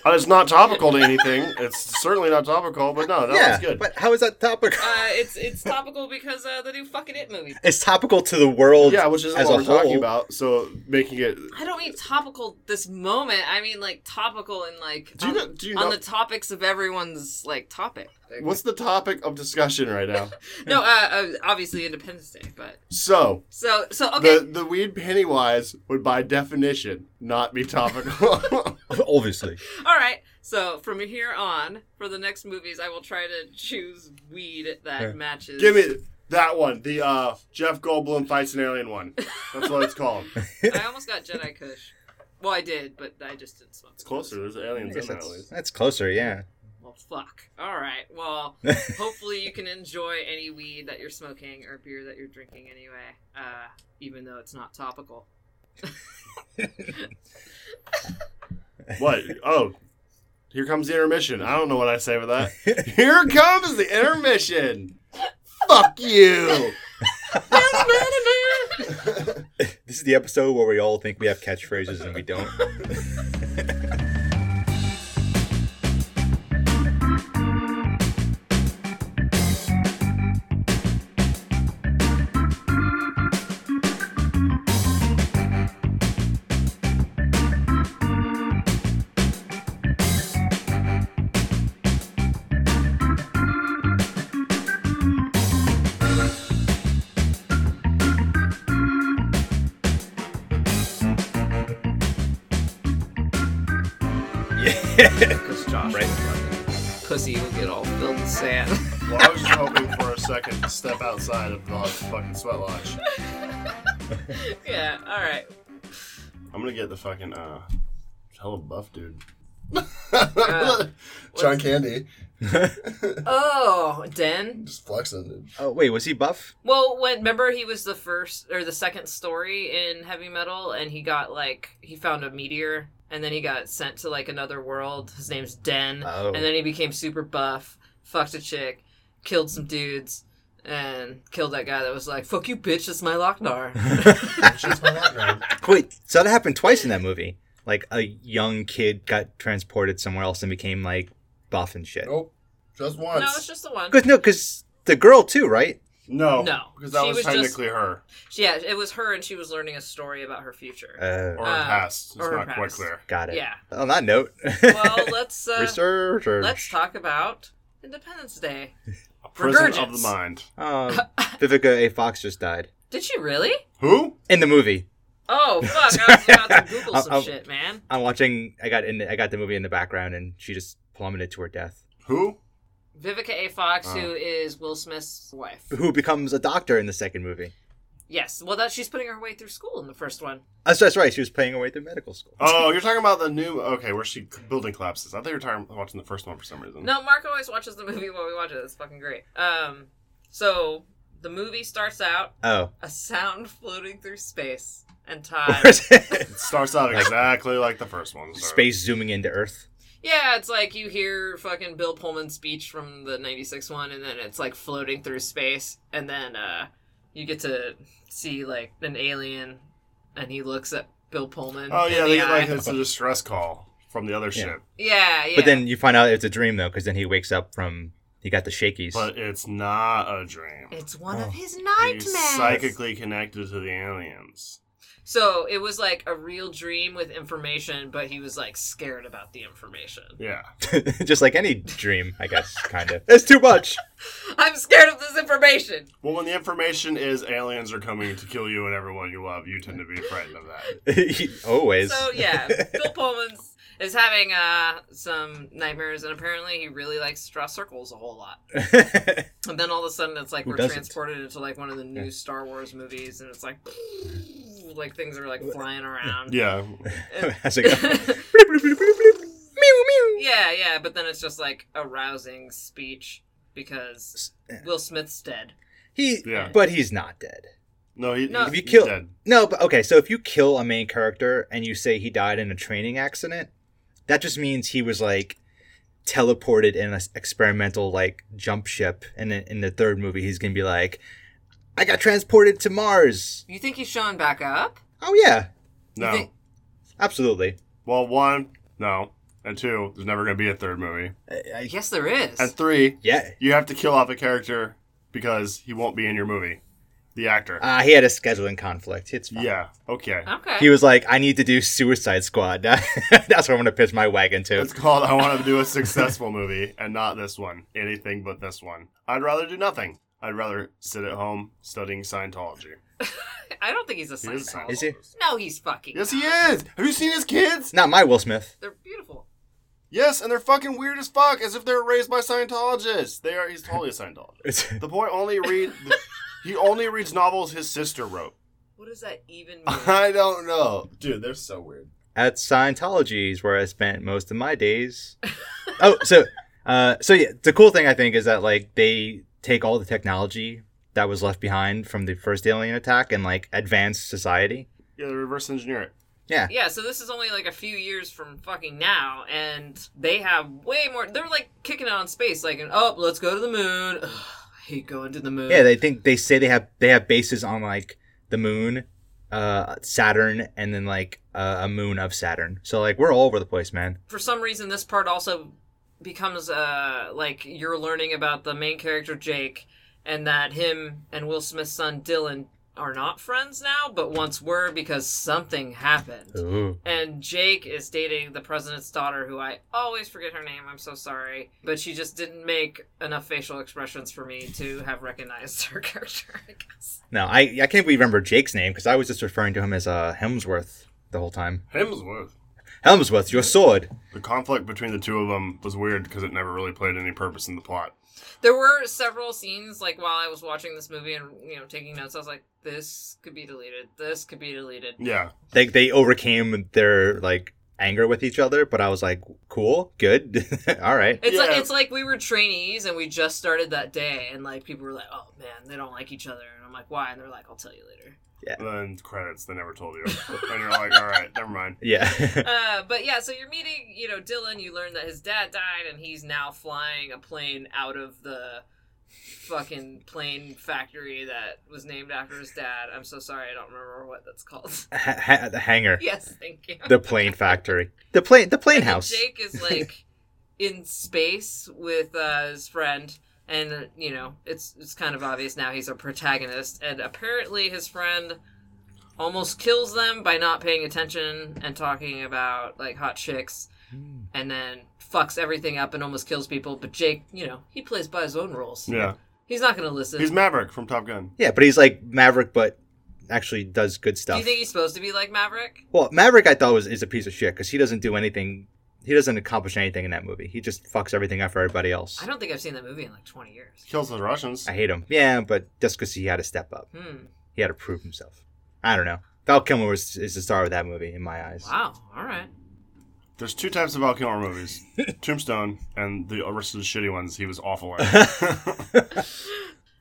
Speaker 9: Uh, it's not topical to anything. It's certainly not topical, but no, that
Speaker 8: yeah,
Speaker 9: one's good.
Speaker 8: but how is that topical?
Speaker 7: Uh, it's it's topical because uh, the new fucking it movie.
Speaker 8: it's topical to the world.
Speaker 9: yeah, which is
Speaker 8: as
Speaker 9: what
Speaker 8: a
Speaker 9: we're talking
Speaker 8: whole.
Speaker 9: about. So making it.
Speaker 7: I don't mean topical this moment. I mean like topical and like
Speaker 9: Do you
Speaker 7: on,
Speaker 9: know- do you
Speaker 7: on
Speaker 9: know-
Speaker 7: the topics of everyone's like topic.
Speaker 9: What's the topic of discussion right now?
Speaker 7: No, uh, uh, obviously Independence Day, but
Speaker 9: So
Speaker 7: so so okay.
Speaker 9: the the weed Pennywise would, by definition, not be topical.
Speaker 8: Obviously.
Speaker 7: All right. So from here on, for the next movies, I will try to choose weed that matches.
Speaker 9: Give me that one. The uh, Jeff Goldblum fights an alien one. That's what it's called. It's
Speaker 7: I almost got Jedi Kush. Well, I did, but I just didn't smoke. It's
Speaker 9: closer. There's aliens in that at
Speaker 8: that's,
Speaker 9: least.
Speaker 8: that's closer, yeah.
Speaker 7: Well, fuck. All right. Well, hopefully you can enjoy any weed that you're smoking or beer that you're drinking anyway, uh, even though it's not topical.
Speaker 9: What? Oh, here comes the intermission. I don't know what I say with that. Here comes the intermission. Fuck you.
Speaker 8: This is the episode where we all think we have catchphrases and we don't.
Speaker 7: Pussy will get all filled with sand.
Speaker 9: Well, I was just hoping for a second to step outside of the fucking sweat lodge.
Speaker 7: yeah. All right.
Speaker 9: I'm gonna get the fucking uh, hella buff dude. John
Speaker 7: what's-
Speaker 9: Candy
Speaker 7: Oh, Den.
Speaker 9: just flexing. Dude.
Speaker 8: Oh wait, was he buff?
Speaker 7: Well, when remember he was the first or the second story in heavy metal, and he got like he found a meteor, and then he got sent to like another world. His name's Den,
Speaker 8: Oh.
Speaker 7: and then he became super buff, fucked a chick, killed some dudes, and killed that guy that was like, "Fuck you, bitch! It's my Lochnar."
Speaker 8: Wait, so that happened twice in that movie. Like a young kid got transported somewhere else and became like buff and shit.
Speaker 9: Nope, just
Speaker 7: no,
Speaker 9: once.
Speaker 7: it's just the one.
Speaker 8: Cause no, cause the girl too, right?
Speaker 9: no,
Speaker 7: No,
Speaker 9: because that
Speaker 7: she
Speaker 9: was,
Speaker 7: was just-
Speaker 9: technically her
Speaker 7: Yeah, it was her, and she was learning a story about her future.
Speaker 8: Uh,
Speaker 9: or her
Speaker 7: Uh,
Speaker 9: past. It's
Speaker 7: or her
Speaker 9: not quite
Speaker 7: past.
Speaker 9: clear.
Speaker 8: got it.
Speaker 7: yeah.
Speaker 8: On that note,
Speaker 7: Well, let's uh,
Speaker 8: research. Or,
Speaker 7: let's talk about Independence Day.
Speaker 9: A prison of the
Speaker 7: Regurgits.
Speaker 9: mind.
Speaker 8: Um, Vivica A. Fox just died
Speaker 7: Did she really?
Speaker 9: Who?
Speaker 8: in the movie.
Speaker 7: Oh fuck! I was about to Google
Speaker 8: I'll-
Speaker 7: some
Speaker 8: I'll-
Speaker 7: shit, man.
Speaker 8: I'm watching. I got in. I got the movie in the background, and she just plummeted to her death.
Speaker 9: Who?
Speaker 7: Vivica A. Fox, who is Will Smith's wife.
Speaker 8: Who becomes a doctor in the second movie?
Speaker 7: Yes. Well, that she's putting her way through school in the first one.
Speaker 8: That's, that's right. Oh, She was paying her way through medical school.
Speaker 7: Uh,
Speaker 9: Oh, you're talking about the new. Okay, where she building collapses. I thought you were talking watching the first one for some reason.
Speaker 7: No, Mark always watches the movie while we watch it. That's fucking great. Um, so the movie starts out
Speaker 8: Oh.
Speaker 7: a sound floating through space and time.
Speaker 9: It starts out exactly like the first one. started.
Speaker 8: Space zooming into Earth.
Speaker 7: yeah, it's like you hear fucking Bill Pullman's speech from the '96 one, and then it's like floating through space, and then uh, you get to see like an alien, and he looks at Bill Pullman.
Speaker 9: Oh
Speaker 7: in
Speaker 9: yeah,
Speaker 7: the
Speaker 9: they get
Speaker 7: eye.
Speaker 9: like it's a distress call from the other ship,
Speaker 7: yeah, yeah.
Speaker 8: But then you find out it's a dream though, because then he wakes up from he got the shakies.
Speaker 9: but it's not a dream.
Speaker 7: it's one of his
Speaker 9: He's
Speaker 7: nightmares.
Speaker 9: psychically connected to the aliens.
Speaker 7: So it was like a real dream with information, but he was like scared about the information.
Speaker 9: Yeah,
Speaker 8: Just like any dream, I guess, kind of. It's too much.
Speaker 7: I'm scared of this information.
Speaker 9: well, when the information is aliens are coming to kill you and everyone you love, you tend to be frightened of that.
Speaker 8: Always.
Speaker 7: So yeah, Bill Pullman's is having uh some nightmares, and apparently he really likes to draw circles a whole lot. And then all of a sudden, it's like
Speaker 8: Who
Speaker 7: we're
Speaker 8: doesn't?
Speaker 7: transported into like one of the new Star Wars movies, and it's like like things are like flying around.
Speaker 9: Yeah,
Speaker 8: As it goes. Bloop, bloop, bloop, bloop, bloop. Meow, meow.
Speaker 7: yeah, yeah, But then it's just like a rousing speech because Will Smith's dead.
Speaker 8: He,
Speaker 9: Yeah.
Speaker 8: but he's not dead.
Speaker 9: no, he,
Speaker 7: No.
Speaker 9: he's
Speaker 8: If you kill,
Speaker 9: dead.
Speaker 8: no, but okay. So if you kill a main character and you say he died in a training accident, that just means he was like teleported in an experimental like jump ship. And in, in the third movie, he's gonna be like, "I got transported to Mars."
Speaker 7: You think he's showing back up?
Speaker 8: Oh yeah,
Speaker 9: No,
Speaker 7: think-
Speaker 8: absolutely.
Speaker 9: well, one, no, and two, there's never gonna be a third movie,
Speaker 7: Yes, there is.
Speaker 9: and three,
Speaker 8: Yeah.
Speaker 9: you have to kill off a character because he won't be in your movie, the actor.
Speaker 8: Uh, he had a scheduling conflict. It's fine.
Speaker 9: yeah, okay.
Speaker 7: Okay.
Speaker 8: He was like, I need to do Suicide Squad. That's where I'm gonna pitch my wagon to.
Speaker 9: It's called I Want to Do a Successful Movie and not this one. Anything but this one. I'd rather do nothing. I'd rather sit at home studying Scientology.
Speaker 7: I don't think he's a
Speaker 9: He is a
Speaker 7: Scientologist.
Speaker 8: Is he?
Speaker 7: No, he's fucking.
Speaker 9: Yes, he is. Have you seen his kids?
Speaker 8: Not my Will Smith.
Speaker 7: They're beautiful.
Speaker 9: Yes, and they're fucking weird as fuck, as if they were raised by Scientologists. They are. He's totally a Scientologist.
Speaker 8: It's-
Speaker 9: The boy only read. he only reads novels his sister wrote.
Speaker 7: What does that even mean?
Speaker 9: I don't know, dude. They're so weird.
Speaker 8: at Scientology's where I spent most of my days. oh, so uh, so yeah, the cool thing I think is that like they take all the technology that was left behind from the first alien attack and like advance society.
Speaker 9: Yeah, they reverse engineer it.
Speaker 7: yeah, so this is only like a few years from fucking now, and they have way more. They're like kicking it on space, like, and, oh, let's go to the moon. Ugh, I hate going to the moon.
Speaker 8: Yeah, they think they say they have they have bases on like the moon, uh, Saturn, and then like uh, a moon of Saturn. So like we're all over the place, man.
Speaker 7: For some reason, this part also becomes uh like you're learning about the main character Jake, and that him and Will Smith's son Dylan are not friends now, but once were because something happened.
Speaker 8: Ooh.
Speaker 7: And Jake is dating the president's daughter, who I always forget her name. I'm so sorry. But she just didn't make enough facial expressions for me to have recognized her character, I guess.
Speaker 8: No, I I can't believe you remember Jake's name because I was just referring to him as uh, Hemsworth the whole time.
Speaker 9: Hemsworth.
Speaker 8: Helmsworth, your sword.
Speaker 9: The conflict between the two of them was weird because it never really played any purpose in the plot.
Speaker 7: There were several scenes, like while I was watching this movie and, you know, taking notes, I was like, this could be deleted. This could be deleted.
Speaker 9: Yeah,
Speaker 8: they they overcame their like anger with each other but i was like cool good all right
Speaker 7: It's, like,
Speaker 9: Yeah.
Speaker 7: it's like we were trainees and we just started that day, and like people were like, oh man, they don't like each other. And I'm like, why? And they're like, I'll tell you later.
Speaker 9: And then credits, they never told you. and you're like, all right, never mind.
Speaker 8: yeah
Speaker 7: Uh, but yeah, so you're meeting, you know, Dylan. You learn that his dad died, and he's now flying a plane out of the fucking plane factory that was named after his dad. I'm so sorry, I don't remember what that's called.
Speaker 8: Ha- ha- the hangar
Speaker 7: yes, thank you.
Speaker 8: the plane factory the plane the plane house
Speaker 7: Jake is like in space with uh, his friend, and uh, you know, it's it's kind of obvious now he's a protagonist, and apparently his friend almost kills them by not paying attention and talking about like hot chicks, and then fucks everything up and almost kills people. But Jake, you know, he plays by his own rules.
Speaker 9: Yeah.
Speaker 7: He's not gonna listen.
Speaker 9: He's Maverick from Top Gun.
Speaker 8: yeah but he's like maverick but actually does good
Speaker 7: Do
Speaker 8: stuff
Speaker 7: you think he's supposed to be like Maverick?
Speaker 8: well maverick i thought was is a piece of shit because he doesn't do anything he doesn't accomplish anything in that movie he just fucks everything up for everybody else
Speaker 7: I don't think I've seen that movie in like twenty years.
Speaker 9: Kills the Russians.
Speaker 8: i hate him yeah but just because he had to step up
Speaker 7: Hmm.
Speaker 8: he had to prove himself i don't know val kilmer was, is the star of that movie in my eyes
Speaker 7: Wow. All right.
Speaker 9: There's two types of Val Kilmer movies Tombstone and the rest of the shitty ones he was awful at.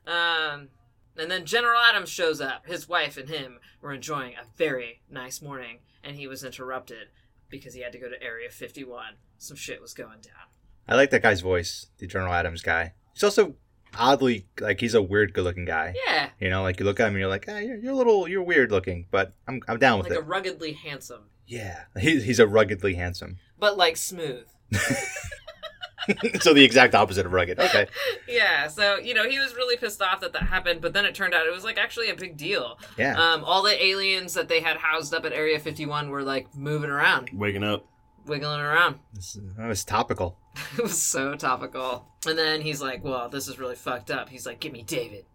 Speaker 7: Um, and then General Adams shows up. His wife and him were enjoying a very nice morning, and he was interrupted because he had to go to Area 51. Some shit was going down.
Speaker 8: I like that guy's voice, the General Adams guy. He's also oddly like he's a weird good looking guy.
Speaker 7: Yeah.
Speaker 8: You know, like you look at him and you're like, ah, you're, you're a little, you're weird looking, but I'm, I'm down with
Speaker 7: Like a
Speaker 8: it.
Speaker 7: ruggedly handsome,
Speaker 8: yeah, he's he's a ruggedly handsome.
Speaker 7: but like smooth.
Speaker 8: so the exact opposite of rugged. Okay,
Speaker 7: Yeah, so you know he was really pissed off that that happened, but then it turned out it was like actually a big deal.
Speaker 8: yeah.
Speaker 7: Um, all the aliens that they had housed up at Area 51 were like moving around,
Speaker 9: Waking up.
Speaker 7: wiggling around.
Speaker 8: This- that was topical.
Speaker 7: It was so topical. And then he's like, "Well, this is really fucked up." He's like, "Give me David."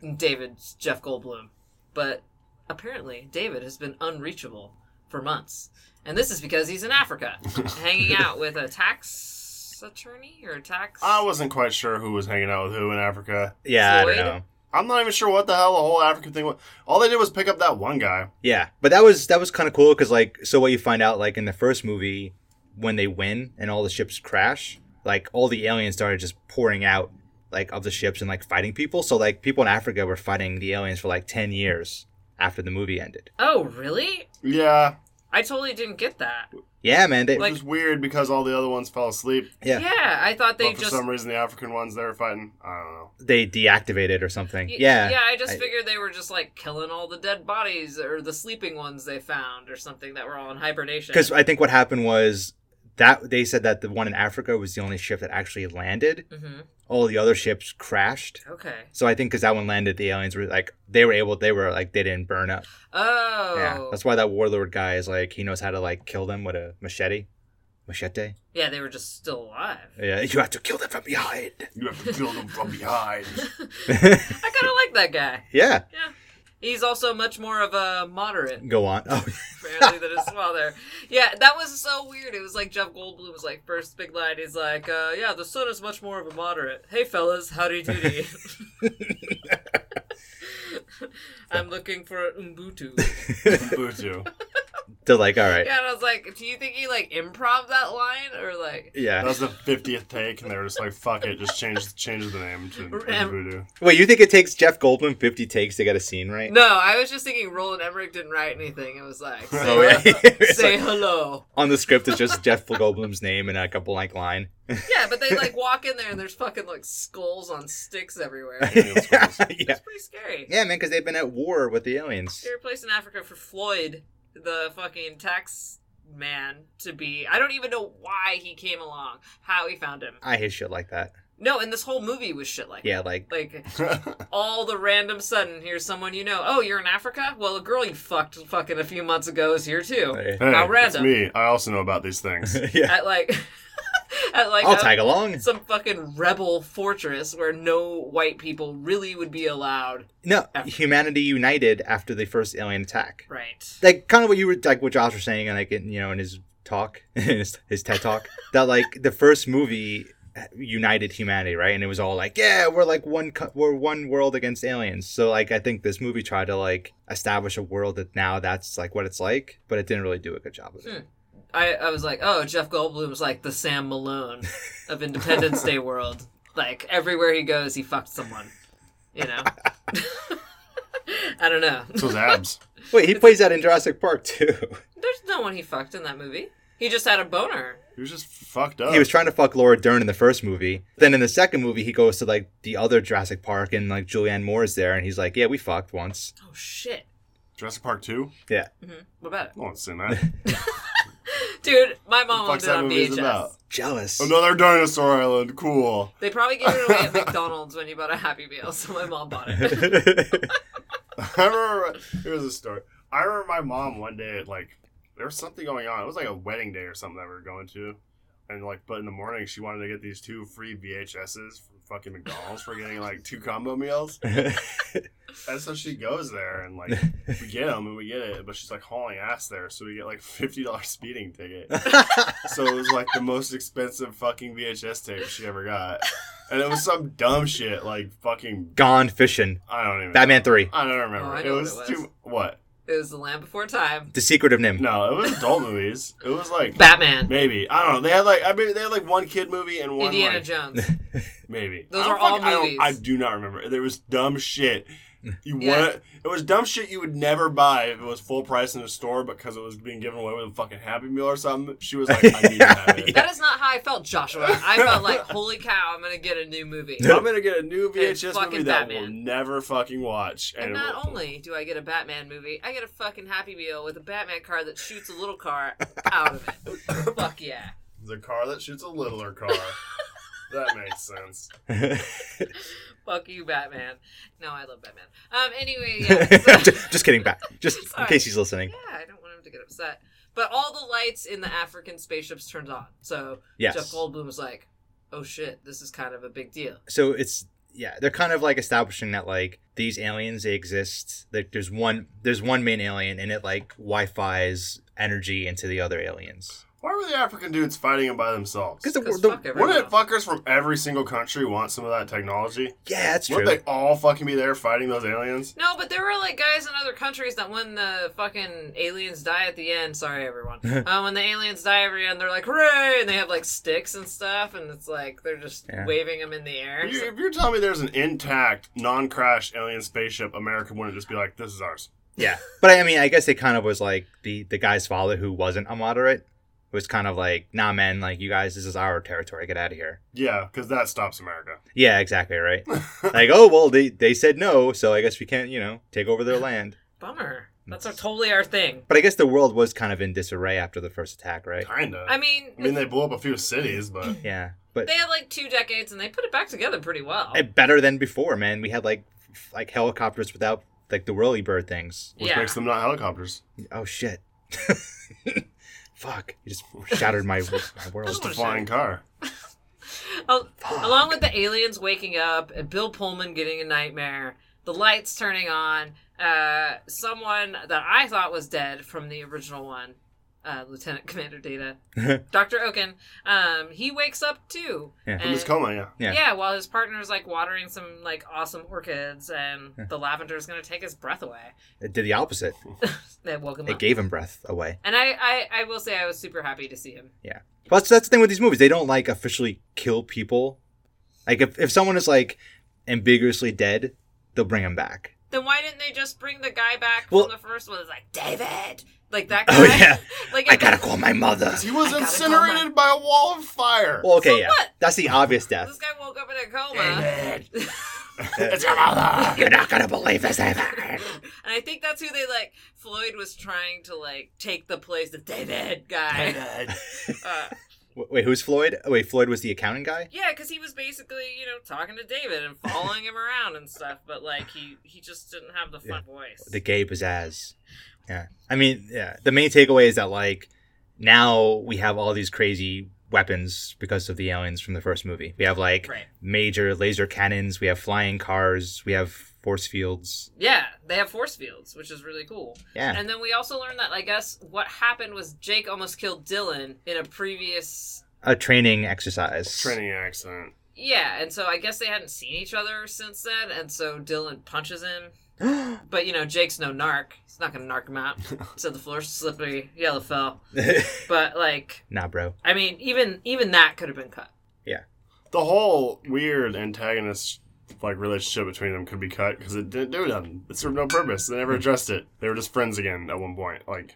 Speaker 7: And David's Jeff Goldblum, but apparently David has been unreachable for months, and this is because he's in Africa, hanging out with a tax attorney or tax.
Speaker 9: I wasn't quite sure who was hanging out with who in Africa.
Speaker 8: Yeah, I
Speaker 7: Floyd?
Speaker 8: don't know.
Speaker 9: I'm not even sure what the hell the whole African thing was. All they did was pick up that one guy.
Speaker 8: Yeah, but that was that was kind of cool because like so what you find out like in the first movie when they win and all the ships crash, like all the aliens started just pouring out like of the ships and like fighting people. So like people in Africa were fighting the aliens for like ten years after the movie ended.
Speaker 7: oh, really?
Speaker 9: Yeah,
Speaker 7: I totally didn't get that.
Speaker 8: Yeah, man. They,
Speaker 9: which is weird because all the other ones fell asleep.
Speaker 8: yeah,
Speaker 7: Yeah, I thought they
Speaker 9: but for
Speaker 7: just
Speaker 9: some reason, the African ones they were fighting. I don't know.
Speaker 8: they deactivated or something.
Speaker 7: Y-
Speaker 8: Yeah,
Speaker 7: Yeah, I just
Speaker 8: I-
Speaker 7: figured they were just like killing all the dead bodies or the sleeping ones they found or something that were all in hibernation.
Speaker 8: Because I think what happened was that they said that the one in Africa was the only ship that actually landed.
Speaker 7: Mhm.
Speaker 8: All the other ships crashed.
Speaker 7: Okay.
Speaker 8: So I think because that one landed, the aliens were like they were able, they were like they didn't burn up.
Speaker 7: Oh.
Speaker 8: Yeah, that's why that warlord guy is like he knows how to like kill them with a machete. Machete.
Speaker 7: Yeah, they were just still alive.
Speaker 8: Yeah, you have to kill them from behind.
Speaker 9: You have to kill them from behind.
Speaker 7: I kind of like that guy.
Speaker 8: yeah,
Speaker 7: He's also much more of a moderate,
Speaker 8: go on. Oh,
Speaker 7: apparently, than his father. Yeah, that was so weird. It was like Jeff Goldblum was like, first big line, he's like, uh, yeah, the son is much more of a moderate. Hey, fellas, howdy doody. I'm looking for Umbutu.
Speaker 9: Butu.
Speaker 8: they're like, all right.
Speaker 7: Yeah, and I was like, do you think he like improv that line or like?
Speaker 8: Yeah.
Speaker 9: That was the fiftieth take, and they were just like, "Fuck it, just change change the name to
Speaker 7: Rem-
Speaker 9: Voodoo."
Speaker 8: Wait, you think it takes Jeff Goldblum fifty takes to get a scene right?
Speaker 7: No, I was just thinking Roland Emmerich didn't write anything. It was like, say,
Speaker 8: Oh, yeah. It's
Speaker 7: say
Speaker 8: like-
Speaker 7: hello.
Speaker 8: on the script is just Jeff Goldblum's name and like a blank line.
Speaker 7: Yeah, but they like walk in there and there's fucking like skulls on sticks everywhere. It's
Speaker 8: yeah.
Speaker 7: pretty scary.
Speaker 8: Yeah, man, because they've been at war with the aliens.
Speaker 7: They were placed in Africa for Floyd, the fucking tax man, to be. I don't even know why he came along, how he found him.
Speaker 8: I hate shit like that.
Speaker 7: No, and this whole movie was shit like that.
Speaker 8: Yeah, like
Speaker 7: Like all the random sudden, here's someone you know. Oh, you're in Africa? Well, a girl you fucked fucking a few months ago is here too.
Speaker 8: Hey.
Speaker 9: Hey,
Speaker 7: How
Speaker 9: it's
Speaker 7: random.
Speaker 9: me. I also know about these things.
Speaker 8: yeah.
Speaker 7: At like, at like uh,
Speaker 8: I'll
Speaker 7: a-
Speaker 8: tag along.
Speaker 7: some fucking rebel fortress where no white people really would be allowed.
Speaker 8: No, humanity united after the first alien attack.
Speaker 7: Right.
Speaker 8: Like kind of what you were like what Josh was saying, and like in, you know in his talk, in his, his TED talk, that like the first movie united humanity, right? And it was all like, yeah, we're like one, co- we're one world against aliens. So like I think this movie tried to like establish a world that now that's like what it's like, but it didn't really do a good job of it.
Speaker 7: I, I was like, oh, Jeff Goldblum's like the Sam Malone of Independence Day world. Like everywhere he goes, he fucked someone. You know. I don't know.
Speaker 9: It's those abs.
Speaker 8: Wait, he plays that in Jurassic Park too.
Speaker 7: There's no one he fucked in that movie. He just had a boner.
Speaker 9: He was just fucked up.
Speaker 8: He was trying to fuck Laura Dern in the first movie. Then in the second movie, he goes to like the other Jurassic Park and like Julianne Moore is there, and he's like, "Yeah, we fucked once."
Speaker 7: Oh shit.
Speaker 9: Jurassic Park Two.
Speaker 8: Yeah,
Speaker 7: What about it?
Speaker 9: No one's seen that.
Speaker 7: Oh, Dude, my mom
Speaker 9: What the fuck's
Speaker 7: owned it
Speaker 9: that
Speaker 7: on
Speaker 9: movie's
Speaker 7: VHS.
Speaker 9: about?
Speaker 8: jealous.
Speaker 9: Another dinosaur island. Cool.
Speaker 7: They probably gave it away at McDonald's when you bought a Happy Meal, so my mom bought it.
Speaker 9: I remember here's a story. I remember my mom one day like there was something going on. It was like a wedding day or something that we were going to, and like but in the morning she wanted to get these two free VHSs from fucking McDonald's for getting like two combo meals. And so she goes there and like we get them and we get it, but she's like hauling ass there, so we get like fifty dollars speeding ticket. so it was like the most expensive fucking VHS tape she ever got, and it was some dumb shit like fucking
Speaker 8: Gone fishing.
Speaker 9: I don't even.
Speaker 8: Batman Three.
Speaker 9: I don't remember.
Speaker 7: Oh, I
Speaker 9: it,
Speaker 7: know what
Speaker 9: was
Speaker 7: it was.
Speaker 9: too what?
Speaker 7: It was The Land Before Time.
Speaker 8: The Secret of Nim.
Speaker 9: No, it was adult movies. It was like
Speaker 7: Batman.
Speaker 9: maybe I don't know. They had like I mean they had like one kid movie and one
Speaker 7: Indiana
Speaker 9: like,
Speaker 7: Jones.
Speaker 9: maybe.
Speaker 7: Those
Speaker 9: I don't
Speaker 7: are all
Speaker 9: fuck- I don't-
Speaker 7: movies.
Speaker 9: I, do not remember. There was dumb shit. You
Speaker 7: Yeah.
Speaker 9: want it? It was dumb shit you would never buy if it was full price in a store, but because it was being given away with a fucking Happy Meal or something, she was like, "I need to have it."
Speaker 7: That is not how I felt, Joshua. I felt like, holy cow, I'm gonna get a new movie.
Speaker 9: I'm gonna get a new VHS
Speaker 7: fucking
Speaker 9: movie that
Speaker 7: Batman.
Speaker 9: we'll never fucking watch.
Speaker 7: And not
Speaker 9: we'll-
Speaker 7: only do I get a Batman movie, I get a fucking Happy Meal with a Batman car that shoots a little car out of it. Fuck yeah.
Speaker 9: the car that shoots a littler car. that makes sense.
Speaker 7: Fuck you, Batman. No, I love Batman. Um, anyway, yeah. so-
Speaker 8: just kidding, back. Just in
Speaker 7: Sorry.
Speaker 8: case he's listening.
Speaker 7: yeah, I don't want him to get upset. But all the lights in the African spaceships turned on. So
Speaker 8: Yes.
Speaker 7: Jeff Goldblum was like, oh shit, this is kind of a big deal.
Speaker 8: so it's yeah they're kind of like establishing that like these aliens they exist like there's one there's one main alien and it like wi-fi's energy into the other aliens
Speaker 9: Why were the African dudes fighting it by themselves?
Speaker 8: because the,
Speaker 7: 'Cause
Speaker 8: the-
Speaker 7: fuck everyone
Speaker 9: Wouldn't
Speaker 7: else.
Speaker 9: fuckers from every single country want some of that technology?
Speaker 8: yeah that's true
Speaker 9: Wouldn't they all fucking be there fighting those aliens?
Speaker 7: No, but there were like guys in other countries that when the fucking aliens die at the end, sorry everyone, uh, when the aliens die at the end, they're like hooray, and they have like sticks and stuff, and it's like they're just
Speaker 8: Yeah.
Speaker 7: waving them in the air.
Speaker 9: If, you, if you're telling me there's an intact, non-crash alien spaceship, America wouldn't just be like, "This is ours."
Speaker 8: yeah but i mean i guess it kind of was like the the guy's father who wasn't a moderate was kind of like nah man like you guys this is our territory get out of here
Speaker 9: Yeah, because that stops America.
Speaker 8: yeah exactly right like oh well they they said no so i guess we can't you know take over their land
Speaker 7: Bummer. That's our, totally our thing.
Speaker 8: but i guess the world was kind of in disarray after the first attack right
Speaker 9: Kinda.
Speaker 7: I mean,
Speaker 9: I mean, they blew up a few cities, but
Speaker 8: yeah but
Speaker 7: they had like two decades, and they put it back together pretty well.
Speaker 8: Eh, better than before, man. We had like f- like helicopters without like the whirly bird things.
Speaker 9: which
Speaker 7: yeah.
Speaker 9: makes them not helicopters.
Speaker 8: Oh shit. Fuck. You just shattered my, my
Speaker 9: Just
Speaker 8: world.
Speaker 9: a flying car.
Speaker 7: Al- Oh, along with the aliens waking up and Bill Pullman getting a nightmare, the lights turning on, uh, someone that I thought was dead from the original one, uh, Lieutenant Commander Data, Dr. Oken, um, he wakes up too.
Speaker 8: Yeah. From
Speaker 9: In this
Speaker 7: And-
Speaker 9: coma, yeah.
Speaker 8: Yeah.
Speaker 7: yeah. while his partner's like watering some like awesome orchids and the lavender's gonna take his breath away.
Speaker 8: It did the opposite.
Speaker 7: They woke him
Speaker 8: It
Speaker 7: up.
Speaker 8: gave him breath away.
Speaker 7: and I, I, I will say I was super happy to see him.
Speaker 8: Yeah. Well, that's, that's the thing with these movies. They don't like officially kill people. Like if, if someone is like ambiguously dead, they'll bring him back.
Speaker 7: Then why didn't they just bring the guy back
Speaker 8: Well-
Speaker 7: from the first one? It's like David, like that guy.
Speaker 8: Oh yeah.
Speaker 7: like
Speaker 8: I gotta call my mother.
Speaker 9: He was
Speaker 7: I gotta go,
Speaker 9: incinerated by a wall of fire.
Speaker 8: Well, okay, yeah.
Speaker 7: what?
Speaker 8: That's the obvious
Speaker 7: This
Speaker 8: death.
Speaker 7: guy woke up in a coma,
Speaker 9: it's your mother.
Speaker 8: You're not gonna believe this ever.
Speaker 7: and I think that's who they like. Floyd was trying to like take the place of David guy. Uh,
Speaker 8: Wait, who's Floyd? Oh, wait, Floyd was the accounting guy.
Speaker 7: yeah, because he was basically you know talking to David and following him around and stuff, but like he he just didn't have the fun voice.
Speaker 8: the gay pizzazz. Yeah. I mean, yeah. The main takeaway is that like now we have all these crazy weapons because of the aliens from the first movie. We have like
Speaker 7: Right.
Speaker 8: major laser cannons, we have flying cars, we have force fields.
Speaker 7: Yeah, they have force fields, which is really cool.
Speaker 8: Yeah.
Speaker 7: And then we also learned that I guess what happened was Jake almost killed Dylan in a previous
Speaker 8: A training exercise.
Speaker 9: Training accident.
Speaker 7: Yeah, and so I guess they hadn't seen each other since then, and so Dylan punches him. but you know, Jake's no narc. He's not gonna narc him out. so the floor's slippery, yellow fell. But like
Speaker 8: Nah, bro.
Speaker 7: I mean, even even that could have been cut.
Speaker 8: Yeah.
Speaker 9: The whole weird antagonist like relationship between them could be cut because it didn't do nothing. It served no purpose. They
Speaker 8: Hmm.
Speaker 9: never addressed it. They were just friends again at one point. Like,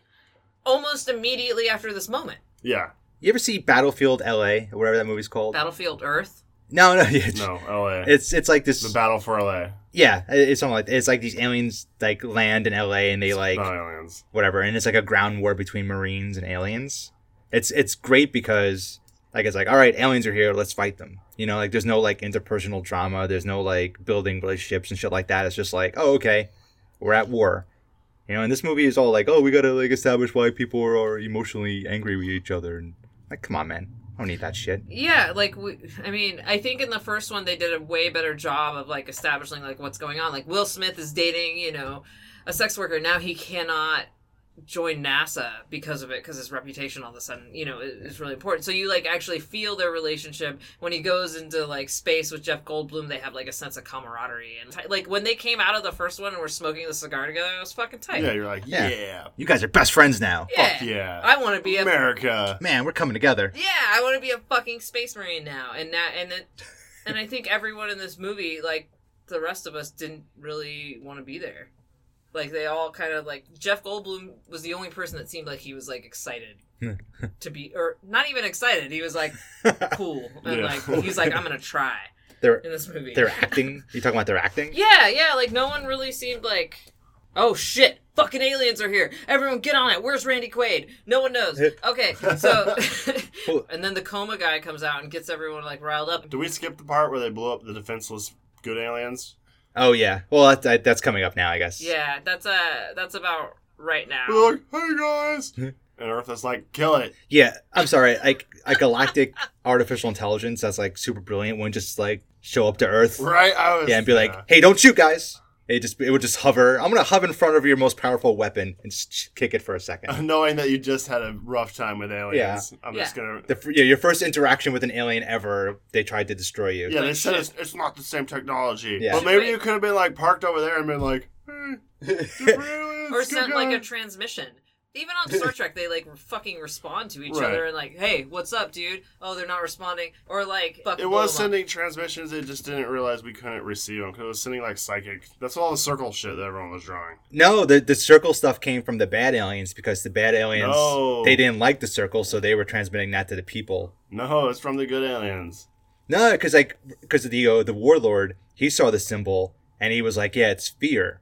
Speaker 7: Almost immediately after this moment.
Speaker 9: yeah,
Speaker 8: You ever see Battlefield LA or whatever that movie's called?
Speaker 7: Battlefield Earth.
Speaker 8: no, no, yeah.
Speaker 9: no, L.A.
Speaker 8: It's it's like this
Speaker 9: the battle for L.A.
Speaker 8: yeah, it's something like it's like these aliens like land in LA and they like
Speaker 9: Not aliens.
Speaker 8: whatever, and it's like a ground war between Marines and aliens. It's it's great because like it's like all right, aliens are here, let's fight them. You know, like there's no like interpersonal drama, there's no like building relationships and shit like that. It's just like oh okay, we're at war. You know, and this movie is all like oh we gotta like establish why people are emotionally angry with each other and like come on man, I don't need that shit.
Speaker 7: Yeah, like we, I mean, I think in the first one they did a way better job of like establishing like what's going on. Like Will Smith is dating, you know, a sex worker now. He cannot join NASA because of it because his reputation all of a sudden, you know, is is really important. So you like actually feel their relationship when he goes into like space with Jeff Goldblum. They have like a sense of camaraderie and like when they came out of the first one and were smoking the cigar together, it was fucking tight.
Speaker 9: Yeah, you're like,
Speaker 8: Yeah.
Speaker 9: yeah,
Speaker 8: You guys are best friends now. Oh,
Speaker 7: Yeah.
Speaker 9: fuck yeah,
Speaker 7: I want to be a
Speaker 9: America.
Speaker 8: Man, we're coming together.
Speaker 7: yeah, I want to be a fucking space marine now, and that, and that, and I think everyone in this movie like the rest of us didn't really want to be there. Like they all kind of like Jeff Goldblum was the only person that seemed like he was like excited to be or not even excited. He was like cool and
Speaker 9: Yeah.
Speaker 7: like he's like I'm gonna try
Speaker 8: They're
Speaker 7: in this movie.
Speaker 8: they're acting. You talking about their acting?
Speaker 7: yeah, yeah. Like no one really seemed like oh shit. Fucking aliens are here! Everyone, get on it! Where's Randy Quaid? No one knows. Okay, so, and then the coma guy comes out and gets everyone like riled up.
Speaker 9: Do we skip the part where they blew up the defenseless good aliens?
Speaker 8: Oh yeah. Well, that, that, that's coming up now, I guess.
Speaker 7: Yeah, that's uh that's about right now.
Speaker 9: They're like, hey guys!
Speaker 8: Hmm.
Speaker 9: And Earth is like, kill it.
Speaker 8: Yeah. I'm sorry. Like a galactic artificial intelligence that's like super brilliant wouldn't just like show up to Earth.
Speaker 9: Right? I was.
Speaker 8: Yeah, and be like, hey, don't shoot, guys. It just it would just hover. I'm gonna hover in front of your most powerful weapon and just ch- kick it for a second.
Speaker 9: knowing that you just had a rough time with aliens. I'm just
Speaker 7: Yeah.
Speaker 9: gonna.
Speaker 8: The, fir- yeah, your first interaction with an alien ever, they tried to destroy you.
Speaker 9: Yeah, they said it's, it's not the same technology.
Speaker 8: Yeah.
Speaker 9: But maybe you could have been like parked over there and been like, "Hmm, hey, different aliens,
Speaker 7: or
Speaker 9: good
Speaker 7: sent like a
Speaker 9: guys.
Speaker 7: transmission. Even on Star Trek, they like fucking respond to each
Speaker 9: Right.
Speaker 7: other and like, "Hey, what's up, dude?" Oh, they're not responding, or like, "Fuck."
Speaker 9: It was sending transmissions. It just didn't realize we couldn't receive them because it was sending like psychic. That's all the circle shit that everyone was drawing.
Speaker 8: No, the the circle stuff came from the bad aliens because the bad aliens
Speaker 9: No.
Speaker 8: they didn't like the circle, so they were transmitting that to the people.
Speaker 9: No, it's from the good aliens.
Speaker 8: No, because like because the uh, the warlord he saw the symbol and he was like, yeah, it's fear.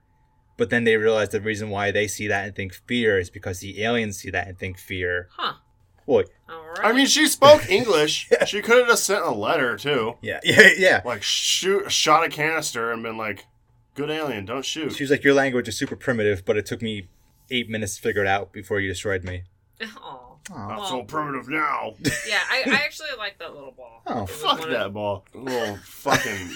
Speaker 8: But then they realized the reason why they see that and think fear is because the aliens see that and think fear.
Speaker 7: Huh.
Speaker 8: Well,
Speaker 7: All right.
Speaker 9: I mean, she spoke English. She could have just sent a letter too,
Speaker 8: yeah, yeah, yeah.
Speaker 9: like shoot, shot a canister and been like, "Good alien, don't shoot."
Speaker 8: She was like, "Your language is super primitive, but it took me eight minutes to figure it out before you destroyed me."
Speaker 7: Aw.
Speaker 9: Not so primitive now.
Speaker 7: yeah, I, I actually like that little ball.
Speaker 8: Oh,
Speaker 7: It was
Speaker 9: Fuck
Speaker 7: one of-
Speaker 9: that ball. Little fucking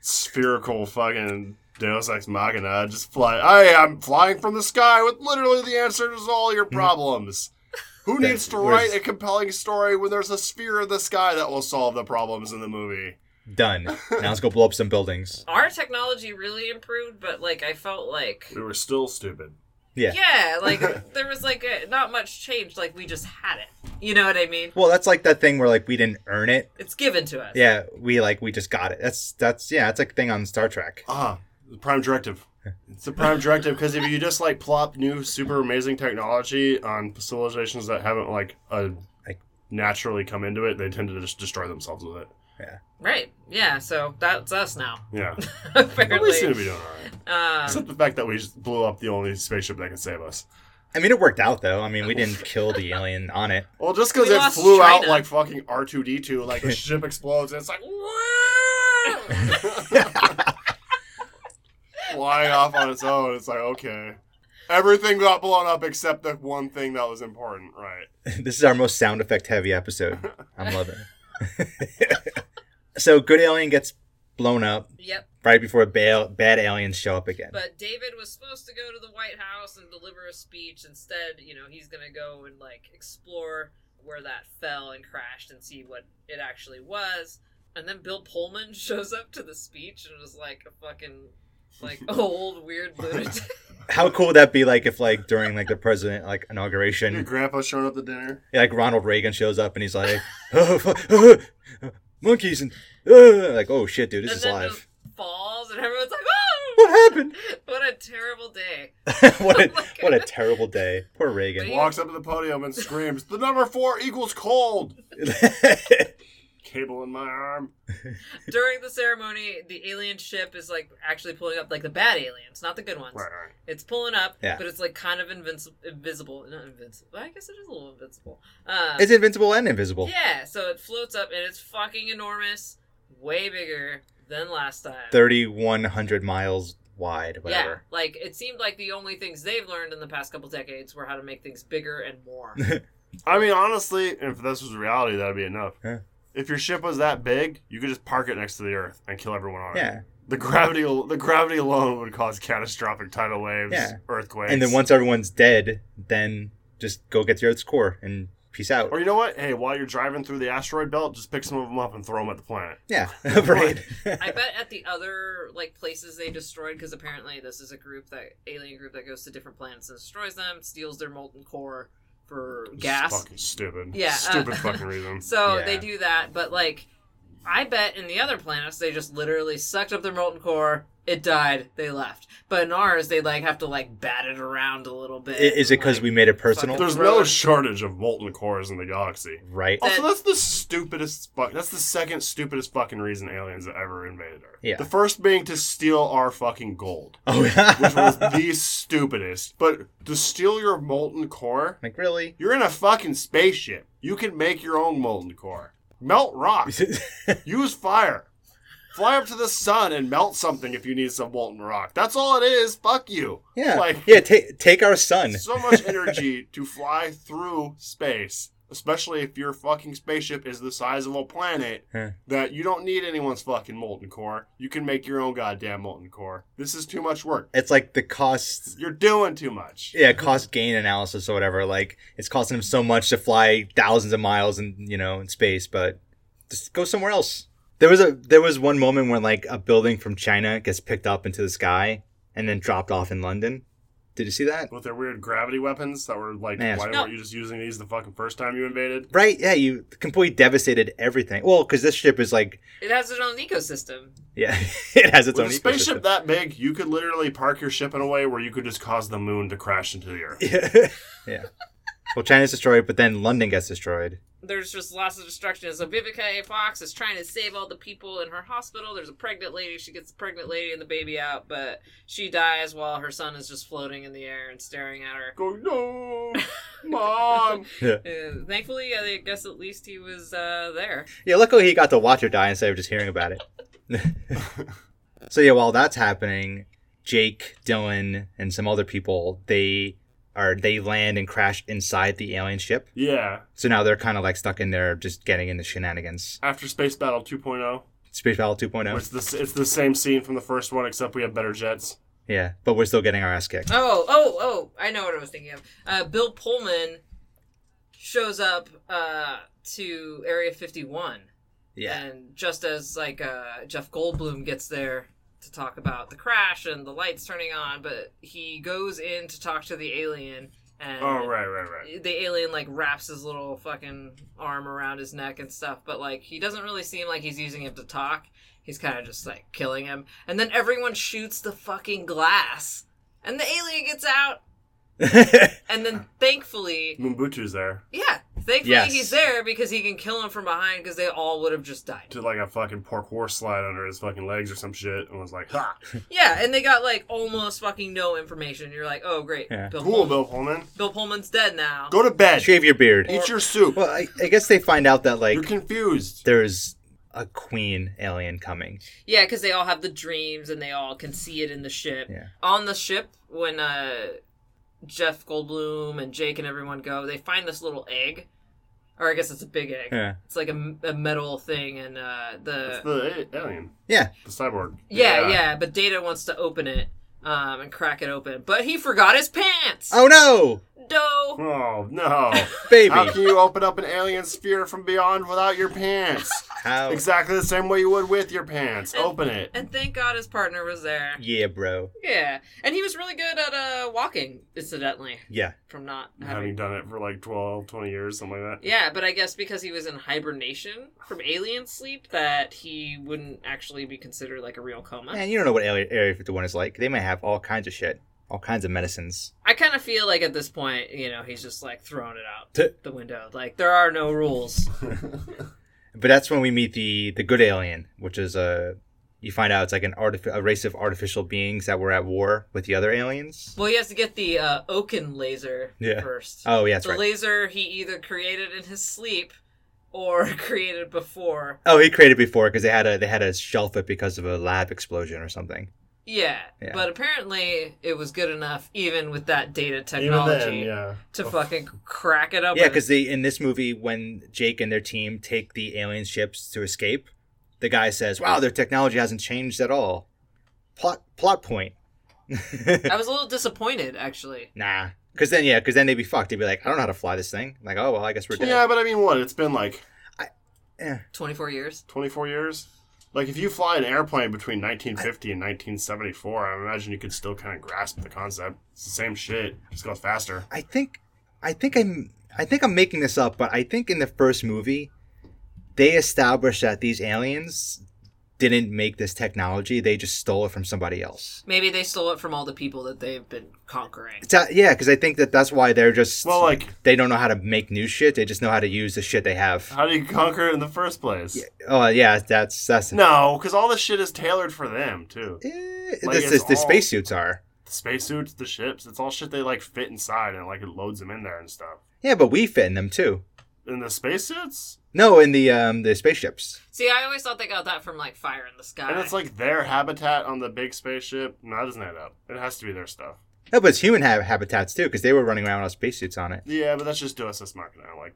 Speaker 9: spherical fucking Deus Ex Machina. Just fly. I am flying from the sky with literally the answers to all your problems. Who
Speaker 8: That
Speaker 9: needs to
Speaker 8: was-
Speaker 9: write a compelling story when there's a sphere in the sky that will solve the problems in the movie?
Speaker 8: Done. Now let's go blow up some buildings.
Speaker 7: Our technology really improved, but like, I felt like.
Speaker 9: We were still stupid.
Speaker 8: Yeah.
Speaker 7: Yeah, like there was like a, not much change. Like we just had it. You know what I mean?
Speaker 8: Well, that's like that thing where like we didn't earn it.
Speaker 7: It's given to us.
Speaker 8: Yeah, we like we just got it. That's that's yeah, that's a thing on Star Trek.
Speaker 9: Ah, the Prime Directive. It's the Prime Directive because if you just like plop new super amazing technology on civilizations that haven't like a
Speaker 8: Like-
Speaker 9: naturally come into it, they tend to just destroy themselves with it.
Speaker 7: Right. Yeah. So that's us now.
Speaker 9: Yeah, But we seem to
Speaker 7: Apparently.
Speaker 9: be doing all right.
Speaker 7: Um,
Speaker 9: Except the fact that we just blew up the only spaceship that can save us.
Speaker 8: I mean, it worked out though. I mean, we didn't kill the alien on it.
Speaker 9: Well, just because
Speaker 7: We
Speaker 9: it
Speaker 7: lost
Speaker 9: flew out
Speaker 7: China.
Speaker 9: like fucking R two D two, like the ship explodes, and it's like flying off on its own. It's like okay, everything got blown up except the one thing that was important, right?
Speaker 8: this is our most sound effect heavy episode. I'm loving. it. so, good alien gets blown up
Speaker 7: yep.
Speaker 8: right before ba- bad aliens show up again.
Speaker 7: But David was supposed to go to the White House and deliver a speech. Instead, you know, he's going to go and like explore where that fell and crashed and see what it actually was. And then Bill Pullman shows up to the speech and was like a fucking like old weird lunatic.
Speaker 8: How cool would that be? Like if like during like the president like
Speaker 9: Your
Speaker 8: inauguration,
Speaker 9: grandpa showing up to dinner.
Speaker 8: like Ronald Reagan shows up and he's like, "Oh, fu- uh, monkeys and uh," like oh shit, dude, this
Speaker 7: and
Speaker 8: is
Speaker 7: then
Speaker 8: live.
Speaker 7: just falls and everyone's like, "Oh,
Speaker 8: What happened?
Speaker 7: What a terrible day!"
Speaker 8: what a
Speaker 7: Oh my
Speaker 8: what a
Speaker 7: God.
Speaker 8: terrible day. Poor Reagan.
Speaker 9: Walks up to the podium and screams, "The number four equals cold." Cable in my arm.
Speaker 7: During the ceremony, the alien ship is like actually pulling up, like the bad aliens, not the good ones.
Speaker 9: Right, right.
Speaker 7: It's pulling up,
Speaker 8: Yeah.
Speaker 7: but it's like kind of invinci- invisible. Not invincible. I guess it is a little invincible. Um,
Speaker 8: it's invincible and invisible.
Speaker 7: yeah, so it floats up and it's fucking enormous, way bigger than last time.
Speaker 8: Thirty one hundred miles wide,
Speaker 7: yeah,
Speaker 8: whatever.
Speaker 7: like it seemed like the only things they've learned in the past couple decades were how to make things bigger and more.
Speaker 9: I mean, honestly, if this was reality, that'd be enough.
Speaker 8: Yeah.
Speaker 9: If your ship was that big, you could just park it next to the Earth and kill everyone on it.
Speaker 8: Yeah.
Speaker 9: The gravity, al- the gravity alone would cause catastrophic tidal waves,
Speaker 8: Yeah.
Speaker 9: earthquakes,
Speaker 8: And then once everyone's dead, then just go get the Earth's core and peace out.
Speaker 9: Or you know what? Hey, while you're driving through the asteroid belt, just pick some of them up and throw them at the planet.
Speaker 8: Yeah, right.
Speaker 7: I bet at the other like places they destroyed, because apparently this is a group that alien group that goes to different planets and destroys them, steals their molten core for
Speaker 9: It's
Speaker 7: gas.
Speaker 9: fucking stupid.
Speaker 7: Yeah, uh,
Speaker 9: Stupid fucking reason.
Speaker 7: So
Speaker 8: Yeah.
Speaker 7: they do that, but like I bet in the other planets they just literally sucked up their molten core, it died, they left. But in ours, they like have to like bat it around a little bit.
Speaker 8: I- Is it because
Speaker 7: like-
Speaker 8: we made it personal?
Speaker 9: There's no shortage of molten cores in the galaxy.
Speaker 8: Right.
Speaker 9: Also, that's the stupidest. Fu- that's the second stupidest fucking reason aliens ever invaded Earth.
Speaker 8: Yeah.
Speaker 9: The first being to steal our fucking gold,
Speaker 8: Oh,
Speaker 9: which was
Speaker 8: yeah.
Speaker 9: the stupidest. But to steal your molten core,
Speaker 8: like, really?
Speaker 9: you're in a fucking spaceship. You can make your own molten core. Melt rocks. Use fire. Fly up to the sun and melt something if you need some molten rock. That's all it is. Fuck you.
Speaker 8: yeah.
Speaker 9: Like
Speaker 8: yeah, take, take our son.
Speaker 9: so much energy to fly through space, especially if your fucking spaceship is the size of a planet,
Speaker 8: Huh.
Speaker 9: that you don't need anyone's fucking molten core. You can make your own goddamn molten core. This is too much work.
Speaker 8: It's like the cost.
Speaker 9: You're doing too much.
Speaker 8: Yeah, cost gain analysis or whatever. Like, it's costing him so much to fly thousands of miles in you know in space, but just go somewhere else. There was a there was one moment when like a building from China gets picked up into the sky and then dropped off in London. Did you see that?
Speaker 9: With their weird gravity weapons that were like,
Speaker 8: Man,
Speaker 9: why
Speaker 7: no.
Speaker 9: weren't you just using these the fucking first time you invaded?
Speaker 8: Right? Yeah, you completely devastated everything. Well, because this ship is like,
Speaker 7: It has its own ecosystem.
Speaker 8: yeah, it has its
Speaker 9: With
Speaker 8: own
Speaker 9: a spaceship
Speaker 8: ecosystem.
Speaker 9: that big, you could literally park your ship in a way where you could just cause the moon to crash into the earth.
Speaker 8: yeah. yeah. Well, China's destroyed, but then London gets destroyed.
Speaker 7: There's just lots of destruction. So Vivica A. Fox is trying to save all the people in her hospital. There's a pregnant lady. She gets the pregnant lady and the baby out, but she dies while her son is just floating in the air and staring at her.
Speaker 9: Go, no, mom.
Speaker 7: Uh, thankfully, I guess at least he was uh, there.
Speaker 8: Yeah, luckily he got to watch her die instead of just hearing about it. so yeah, while that's happening, Jake, Dylan, and some other people they are they land and crash inside the alien ship.
Speaker 9: yeah.
Speaker 8: So now they're kind of like stuck in there, just getting into shenanigans.
Speaker 9: After Space Battle 2.0.
Speaker 8: Space Battle oh. 2.0.
Speaker 9: It's the it's the same scene from the first one, except we have better jets.
Speaker 8: yeah, but we're still getting our ass kicked.
Speaker 9: Ah.
Speaker 7: Oh, oh, oh! I know what I was thinking of. Uh, Bill Pullman shows up uh, to Area 51,
Speaker 8: Yeah,
Speaker 7: and just as like uh, Jeff Goldblum gets there to talk about the crash and the lights turning on, but he goes in to talk to the alien, and
Speaker 9: Oh right, right, right.
Speaker 7: the alien like wraps his little fucking arm around his neck and stuff, but like he doesn't really seem like he's using him to talk. He's kind of just like killing him. And then everyone shoots the fucking glass. And the alien gets out. And then thankfully,
Speaker 9: Mumbutu's there
Speaker 7: yeah, thankfully
Speaker 8: Yes.
Speaker 7: he's there because he can kill him from behind because they all would have just died.
Speaker 9: did like a fucking pork horse slide under his fucking legs or some shit, and was like, "Ha,
Speaker 7: Yeah, and they got like almost fucking no information. You're like, oh great,
Speaker 8: Yeah.
Speaker 7: Bill,
Speaker 9: cool,
Speaker 7: Pullman-
Speaker 9: Bill Pullman.
Speaker 7: Bill Pullman's dead now.
Speaker 9: Go to bed.
Speaker 8: shave your beard.
Speaker 9: Eat your soup.
Speaker 8: Well, I, I guess they find out that like
Speaker 9: You're confused.
Speaker 8: there's a queen alien coming.
Speaker 7: Yeah, because they all have the dreams and they all can see it in the ship.
Speaker 8: Yeah.
Speaker 7: On the ship, when uh, Jeff Goldblum and Jake and everyone go, they find this little egg. Or I guess it's a big egg.
Speaker 8: Yeah.
Speaker 7: It's like a, a metal thing, and uh,
Speaker 9: That's
Speaker 7: the.
Speaker 9: the a- alien,
Speaker 8: Yeah,
Speaker 9: the cyborg.
Speaker 7: yeah, yeah, but Data wants to open it um, and crack it open. But he forgot his pants!
Speaker 8: Oh no,
Speaker 7: No!
Speaker 9: Oh no!
Speaker 8: baby.
Speaker 9: How can you open up an alien sphere from beyond without your pants?
Speaker 8: How?
Speaker 9: exactly the same way you would with your pants. Open it.
Speaker 7: And thank God his partner was there.
Speaker 8: Yeah, bro.
Speaker 7: Yeah. And he was really good at uh, walking, incidentally,
Speaker 8: Yeah.
Speaker 7: from not having
Speaker 9: Having done it for like 12, 20 years, something like that.
Speaker 7: Yeah, but I guess because he was in hibernation from alien sleep, that he wouldn't actually be considered like a real coma.
Speaker 8: Man, you don't know what Area Area 51 is like. They might have all kinds of shit, all kinds of medicines.
Speaker 7: I kind of feel like at this point, you know, he's just like throwing it out
Speaker 8: T-
Speaker 7: the window. Like there are no rules.
Speaker 8: But that's when we meet the the good alien, which is a you find out it's like an artif- a race of artificial beings that were at war with the other aliens.
Speaker 7: well, he has to get the uh, Oaken laser
Speaker 8: Yeah.
Speaker 7: first.
Speaker 8: Oh yeah, that's
Speaker 7: the
Speaker 8: right.
Speaker 7: laser he either created in his sleep or created before.
Speaker 8: oh, he created before because they had a they had to shelf it because of a lab explosion or something.
Speaker 7: Yeah,
Speaker 8: Yeah.
Speaker 7: but apparently it was good enough, even with that data
Speaker 9: Even
Speaker 7: technology,
Speaker 9: then, yeah. Oh.
Speaker 7: to fucking crack it open.
Speaker 8: Yeah, because they in this movie when Jake and their team take the alien ships to escape, the guy says, "Wow, their technology hasn't changed at all." Plot plot point.
Speaker 7: I was a little disappointed actually.
Speaker 8: Nah. Because then, yeah, because then they'd be fucked. They'd be like, I don't know how to fly this thing. Like, oh, well, I guess we're dead.
Speaker 9: Yeah, but I mean, what? It's been like
Speaker 7: 24 years.
Speaker 9: 24 years? Like, if you fly an airplane between 1950 and 1974, I imagine you could still kind of grasp the concept. It's the same shit, just goes faster.
Speaker 8: I think, I think I'm, I think I'm making this up, but I think in the first movie, they establish that these aliens didn't make this technology; they just stole it from somebody else.
Speaker 7: Maybe they stole it from all the people that they've been conquering.
Speaker 8: It's a- yeah, because I think that that's why they're just
Speaker 9: Well, like, Uh,
Speaker 8: they don't know how to make new shit; they just know how to use the shit they have.
Speaker 9: how do you conquer it in the first place?
Speaker 8: Oh yeah, that's that's
Speaker 9: No, because all this shit is tailored for them too.
Speaker 8: Eh,
Speaker 9: Like,
Speaker 8: this,
Speaker 9: it's
Speaker 8: this, the
Speaker 9: all-
Speaker 8: spacesuits are.
Speaker 9: The spacesuits, the ships, it's all shit they like fit inside and like it loads them in there and stuff.
Speaker 8: Yeah, but we fit in them too.
Speaker 9: And the spacesuits,
Speaker 8: No, in the um the spaceships.
Speaker 7: See, I always thought they got that from like Fire in the Sky.
Speaker 9: and it's like their habitat on the big spaceship. No, that doesn't add up. It has to be their stuff.
Speaker 8: No, but it's human ha- habitats too, because they were running around with spacesuits on it.
Speaker 9: Yeah, but that's just Deus Machina. Like,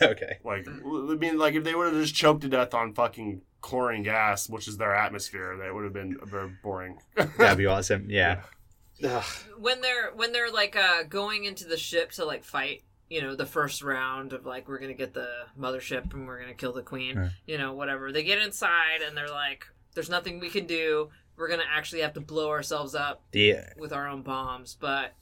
Speaker 8: okay.
Speaker 9: like l- I mean, like if they would have just choked to death on fucking chlorine gas, which is their atmosphere, that would have been uh, very boring.
Speaker 8: That'd be awesome. Yeah.
Speaker 7: when they're when they're like uh going into the ship to like fight you know the first round of like we're gonna get the mothership and we're gonna kill the queen
Speaker 8: Right.
Speaker 7: you know whatever they get inside and they're like there's nothing we can do we're gonna actually have to blow ourselves up
Speaker 8: The
Speaker 7: with our own bombs but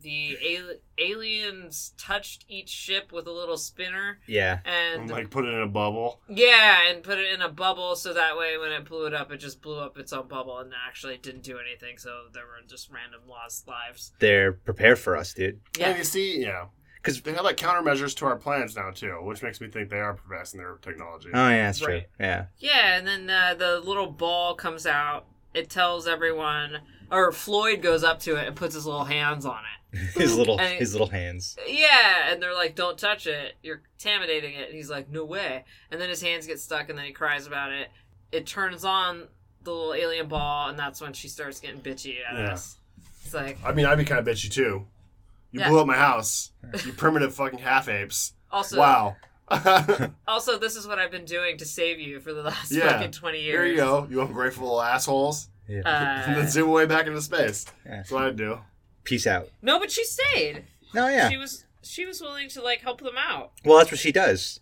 Speaker 7: the al- aliens touched each ship with a little spinner
Speaker 8: yeah.
Speaker 7: and
Speaker 9: And, like put it in a bubble.
Speaker 7: yeah and put it in a bubble so that way when it blew it up it just blew up its own bubble and actually didn't do anything so there were just random lost lives
Speaker 8: They're prepared for us, dude.
Speaker 7: yeah
Speaker 9: And you see, yeah,
Speaker 8: 'Cause-
Speaker 9: they have like countermeasures to our plans now too, which makes me think they are progressing their technology.
Speaker 8: Oh yeah, that's true.
Speaker 7: Right.
Speaker 8: Yeah.
Speaker 7: Yeah, and then uh, the little ball comes out. It tells everyone, or Floyd goes up to it and puts his little hands on it.
Speaker 8: His little
Speaker 7: And-
Speaker 8: his little hands.
Speaker 7: Yeah, and they're like, "Don't touch it. You're contaminating it." And he's like, "No way." And then his hands get stuck, and then he cries about it. It turns on the little alien ball, and that's when she starts getting bitchy at
Speaker 9: Yeah.
Speaker 7: us. It's like
Speaker 9: I mean, I'd be kind of bitchy too. You
Speaker 7: Yeah.
Speaker 9: blew up my house. You primitive fucking half apes.
Speaker 7: also,
Speaker 9: Wow.
Speaker 7: also, this is what I've been doing to save you for the last
Speaker 9: Yeah.
Speaker 7: fucking twenty years.
Speaker 9: Here you go, you ungrateful little assholes. and
Speaker 7: Uh,
Speaker 9: then zoom away back into space.
Speaker 8: Yeah.
Speaker 9: That's what I do.
Speaker 8: Peace out.
Speaker 7: no, but she stayed.
Speaker 8: No, yeah.
Speaker 7: She was she was willing to like help them out.
Speaker 8: Well, that's what she does.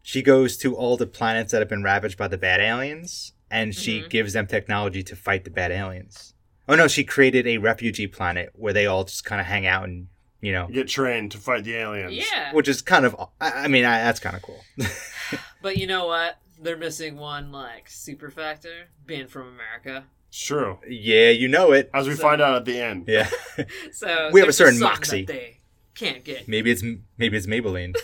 Speaker 8: She goes to all the planets that have been ravaged by the bad aliens, and she gives them technology to fight the bad aliens. Oh no, she created a refugee planet where they all just kind of hang out and you know,
Speaker 9: You get trained to fight the aliens.
Speaker 7: Yeah.
Speaker 8: which is kind of. I, I mean, I, that's kind of cool.
Speaker 7: But you know what? They're missing one like super factor, being from America.
Speaker 9: It's true.
Speaker 8: yeah, you know it.
Speaker 9: As we
Speaker 7: So-
Speaker 9: find out at the end.
Speaker 8: Yeah,
Speaker 7: So
Speaker 8: We have a
Speaker 7: there's
Speaker 8: certain
Speaker 7: just something
Speaker 8: moxie.
Speaker 7: that They can't get.
Speaker 8: maybe it's maybe it's Maybelline.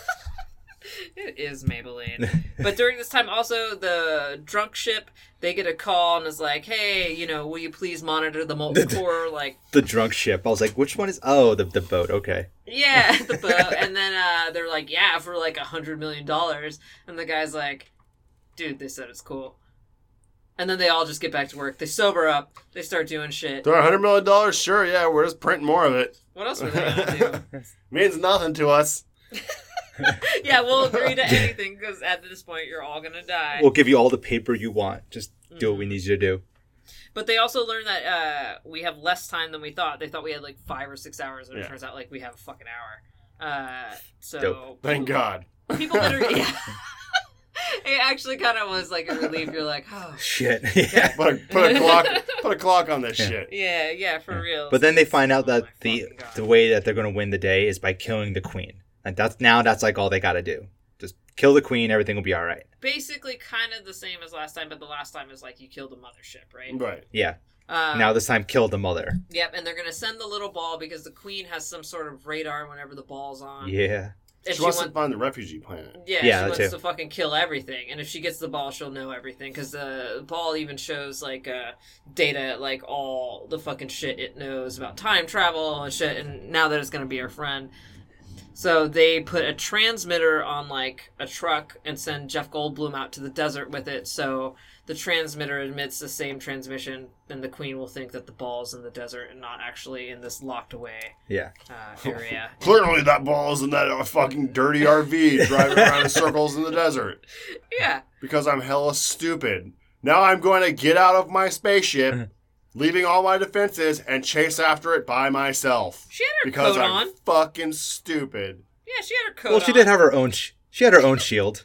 Speaker 7: It is Maybelline. but during this time, also the drunk ship, they get a call and is like, "Hey, you know, will you please monitor the molten core?" Like,
Speaker 8: the drunk ship. I was like, which one is? Oh, the the boat. Okay.
Speaker 7: yeah, the boat. And then uh, they're like, "Yeah, for like a hundred million dollars." And the guy's like, "Dude, they said it's cool." And then they all just get back to work. They sober up. They start doing shit.
Speaker 9: They're $100 million? Sure, yeah, we're just printing more of it.
Speaker 7: What else were they gonna do?
Speaker 9: Means nothing to us.
Speaker 7: Yeah, we'll agree to anything because at this point you're all gonna die.
Speaker 8: We'll give you all the paper you want. Just do what we need you to do.
Speaker 7: But they also learned that uh, we have less time than we thought. They thought we had like five or six hours, and it
Speaker 9: Yeah.
Speaker 7: turns out like we have a fucking hour. Uh, so
Speaker 8: Dope.
Speaker 9: Thank God.
Speaker 7: people literally. Yeah. it actually kind of was like a relief. You're like, oh,
Speaker 8: Shit. Yeah.
Speaker 9: Put a, put a clock put a clock on this shit.
Speaker 7: yeah, yeah, for real.
Speaker 8: But then they find out
Speaker 7: Oh
Speaker 8: that
Speaker 7: my
Speaker 8: the
Speaker 7: fucking God.
Speaker 8: the way that they're going to win the day is by killing the queen. And that's now that's like all they got to do. Just kill the queen, everything will be all right.
Speaker 7: basically kind of the same as last time, but the last time is like you killed the mothership, right?
Speaker 9: Right.
Speaker 8: Yeah.
Speaker 7: Um,
Speaker 8: now this time kill the mother.
Speaker 7: Yep, and they're gonna send the little ball because the queen has some sort of radar whenever the ball's on.
Speaker 8: Yeah.
Speaker 7: If
Speaker 9: she wants to find the refugee planet.
Speaker 7: Yeah,
Speaker 8: Yeah,
Speaker 7: she
Speaker 8: that
Speaker 7: wants
Speaker 8: too.
Speaker 7: to fucking kill everything, and if she gets the ball, she'll know everything because the ball even shows like uh, data, like all the fucking shit it knows about time travel and shit. And now that it's gonna be her friend, so they put a transmitter on like a truck and send Jeff Goldblum out to the desert with it. So the transmitter emits the same transmission, and the queen will think that the ball's in the desert and not actually in this locked away
Speaker 8: Yeah.
Speaker 7: uh, area.
Speaker 9: Clearly that ball is in that uh, fucking dirty RV driving around in circles in the desert.
Speaker 7: yeah.
Speaker 9: because I'm hella stupid. Now I'm going to get out of my spaceship, leaving all my defenses, and chase after it by myself.
Speaker 7: She had her
Speaker 9: because
Speaker 7: coat
Speaker 9: I'm
Speaker 7: on.
Speaker 9: fucking stupid.
Speaker 7: Yeah, she had her coat
Speaker 8: Well,
Speaker 7: on.
Speaker 8: she did have her own sh- she had her own shield.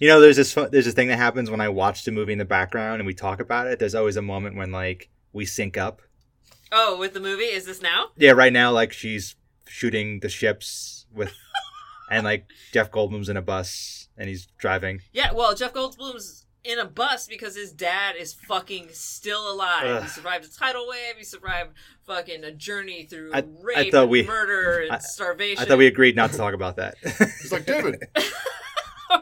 Speaker 8: You know, there's this fu- there's this thing that happens when I watch the movie in the background and we talk about it. There's always a moment when like we sync up.
Speaker 7: Oh, with the movie? Is this now?
Speaker 8: Yeah, right now like she's shooting the ships with and like Jeff Goldblum's in a bus and he's driving.
Speaker 7: Yeah, well, Jeff Goldblum's in a bus because his dad is fucking still alive. He
Speaker 8: Ugh.
Speaker 7: survived a tidal wave. He survived fucking a journey through
Speaker 8: I- I
Speaker 7: rape,
Speaker 8: thought we-
Speaker 7: murder, and
Speaker 8: I- I
Speaker 7: starvation.
Speaker 8: I thought we agreed not to talk about that.
Speaker 9: He's like, David,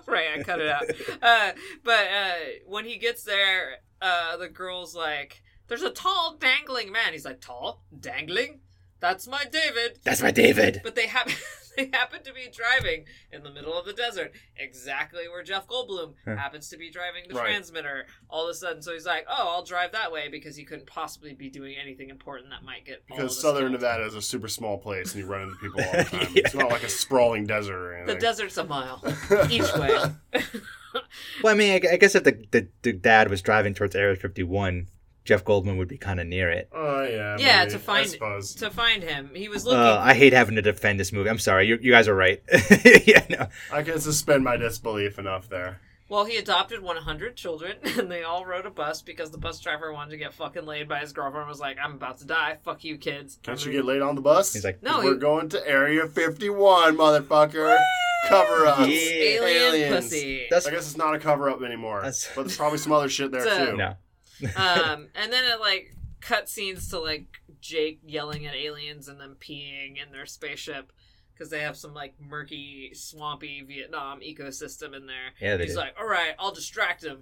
Speaker 7: right, I cut it out. Uh, but uh, when he gets there, uh, the girl's like, "There's a tall, dangling man." He's like, "Tall, dangling? That's my David."
Speaker 8: That's my David.
Speaker 7: But they happen they happen to be driving in the middle of the desert, exactly where Jeff Goldblum happens to be driving the
Speaker 9: Right.
Speaker 7: transmitter. All of a sudden, so he's like, "Oh, I'll drive that way," because he couldn't possibly be doing anything important that might get all of
Speaker 9: because
Speaker 7: us
Speaker 9: Southern
Speaker 7: killed.
Speaker 9: Nevada is a super small place, and you run into people all the time. It's not like a sprawling desert or
Speaker 7: The
Speaker 9: anything.
Speaker 7: desert's a mile each way.
Speaker 8: Well, I mean, I, I guess if the, the, the dad was driving towards Area 51, Jeff Goldblum would be kind of near it.
Speaker 9: oh yeah,
Speaker 7: yeah,
Speaker 9: maybe,
Speaker 7: to
Speaker 9: I
Speaker 7: find
Speaker 9: suppose.
Speaker 7: to find him, he was looking.
Speaker 8: Uh, I hate having to defend this movie. I'm sorry. You, you guys are right. yeah, no.
Speaker 9: I can suspend my disbelief enough there.
Speaker 7: Well, he adopted 100 children, and they all rode a bus because the bus driver wanted to get fucking laid by his girlfriend. and Was like, "I'm about to die. Fuck you, kids."
Speaker 9: Can't
Speaker 7: I'm
Speaker 9: you get
Speaker 7: gonna-
Speaker 9: laid on the bus?
Speaker 8: He's like,
Speaker 7: No,
Speaker 9: we're
Speaker 7: he-
Speaker 9: going to Area 51, motherfucker. Cover up.
Speaker 8: Yeah.
Speaker 7: alien pussy.
Speaker 8: That's-
Speaker 9: I guess it's not a cover up anymore,
Speaker 8: That's-
Speaker 9: but there's probably some other shit there
Speaker 7: It's a-
Speaker 9: too.
Speaker 8: no.
Speaker 7: um, and then it like cut scenes to like Jake yelling at aliens and them peeing in their spaceship because they have some like murky, swampy Vietnam ecosystem in there.
Speaker 8: Yeah, they
Speaker 7: He's
Speaker 8: did.
Speaker 7: like, "All right, I'll distract them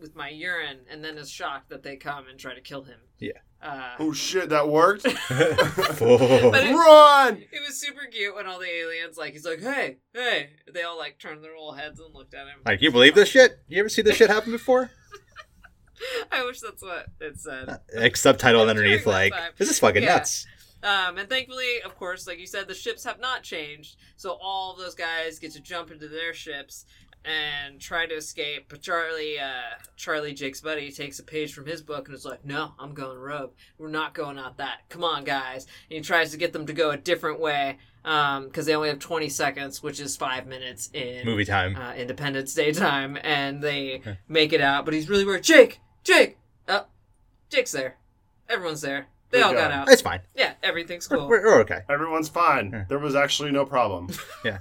Speaker 7: with my urine," and then is shocked that they come and try to kill him.
Speaker 8: Yeah.
Speaker 7: Uh,
Speaker 9: Oh shit, that worked.
Speaker 8: Fuck.
Speaker 7: it-
Speaker 9: Run!
Speaker 7: It was super cute when all the aliens like he's like, "Hey, hey!" They all like turned their little heads and looked at him.
Speaker 8: like, you believe this shit? You ever see this shit happen before?
Speaker 7: I wish that's what it said.
Speaker 8: Like, subtitled
Speaker 7: During
Speaker 8: underneath,
Speaker 7: that
Speaker 8: like,
Speaker 7: time.
Speaker 8: this is fucking
Speaker 7: Yeah.
Speaker 8: nuts.
Speaker 7: Um, and thankfully, of course, like you said, the ships have not changed, so all of those guys get to jump into their ships and try to escape. But Charlie, uh, Charlie Jake's buddy, takes a page from his book and is like, "No, I'm going rogue. We're not going out that. Come on, guys!" And he tries to get them to go a different way because they only have 20 seconds, which is five minutes in
Speaker 8: Movie time.
Speaker 7: uh, Independence Day time, and they make it out. But he's really worried. Jake, Jake, uh, Jake's there. Everyone's there. They
Speaker 9: Good
Speaker 7: all got
Speaker 9: job.
Speaker 7: out.
Speaker 8: it's fine.
Speaker 7: Yeah, everything's
Speaker 8: We're-
Speaker 7: cool.
Speaker 8: We're, we're okay.
Speaker 9: Everyone's fine.
Speaker 8: Yeah.
Speaker 9: There was actually no problem.
Speaker 8: Yeah.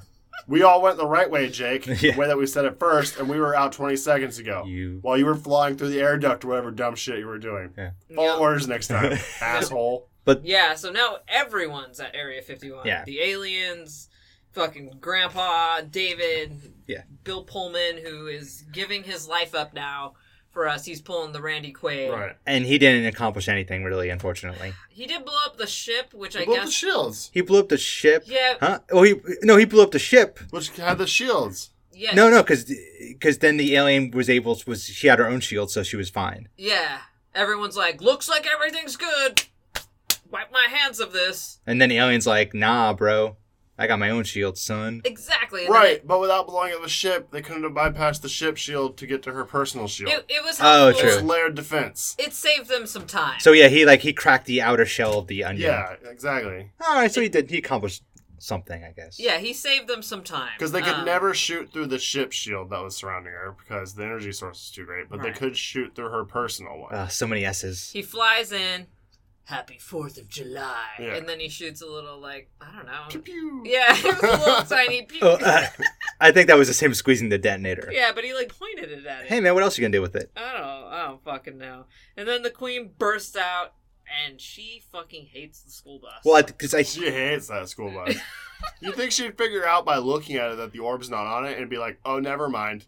Speaker 9: We all went the right way, Jake,
Speaker 8: Yeah.
Speaker 9: the way that we said it first, and we were out 20 seconds ago.
Speaker 8: You-
Speaker 9: While you were flying through the air duct or whatever dumb shit you were doing.
Speaker 8: Yeah.
Speaker 9: Follow
Speaker 7: Yeah.
Speaker 9: orders next time, asshole.
Speaker 7: Yeah, so now everyone's at Area 51.
Speaker 8: Yeah.
Speaker 7: The aliens, fucking Grandpa, David,
Speaker 8: Yeah.
Speaker 7: Bill Pullman, who is giving his life up now for us. He's pulling the Randy Quaid.
Speaker 9: Right.
Speaker 8: And he didn't accomplish anything, really, unfortunately.
Speaker 7: He did blow up the ship, which I
Speaker 9: Blow up
Speaker 7: guess.
Speaker 9: the shields,
Speaker 8: He blew up the ship.
Speaker 7: Yeah.
Speaker 8: Huh? Oh, he no, he blew up the ship.
Speaker 9: which had the shields.
Speaker 7: yeah.
Speaker 8: No, no, because then the alien was able was she had her own shield, so she was fine.
Speaker 7: Yeah. Everyone's like, looks like everything's good. Wipe my hands of this.
Speaker 8: And then the alien's like, "Nah, bro, I got my own shield, son."
Speaker 7: Exactly. And then
Speaker 9: Right, but without blowing up the ship, they couldn't have bypassed the ship shield to get to her personal shield.
Speaker 7: It, it was
Speaker 8: Oh,
Speaker 7: helpful.
Speaker 9: It's
Speaker 8: true.
Speaker 9: layered defense.
Speaker 7: It saved them some time.
Speaker 8: So yeah, he like he cracked the outer shell of the onion.
Speaker 9: Yeah, exactly.
Speaker 8: All right, so he did. He accomplished something, I guess.
Speaker 7: yeah, he saved them some time.
Speaker 9: Because they could
Speaker 7: Um,
Speaker 9: never shoot through the ship shield that was surrounding her because the energy source is too great, but
Speaker 7: Right.
Speaker 9: they could shoot through her personal one.
Speaker 8: Uh, so many S's.
Speaker 7: He flies in, Happy Fourth of July,
Speaker 9: Yeah.
Speaker 7: and then he shoots a little like I don't know.
Speaker 9: Pew, pew.
Speaker 7: Yeah, it was a little tiny. Pew.
Speaker 8: Oh, uh, I think that was just him squeezing the detonator.
Speaker 7: yeah, but he like pointed it at it.
Speaker 8: Hey man, what else you gonna do with it?
Speaker 7: I don't, I don't fucking know. And then the queen bursts out, and she fucking hates the school bus.
Speaker 8: Well, because I,
Speaker 9: She hates that school bus. you think she'd figure out by looking at it that the orb's not on it and be like, oh, never mind.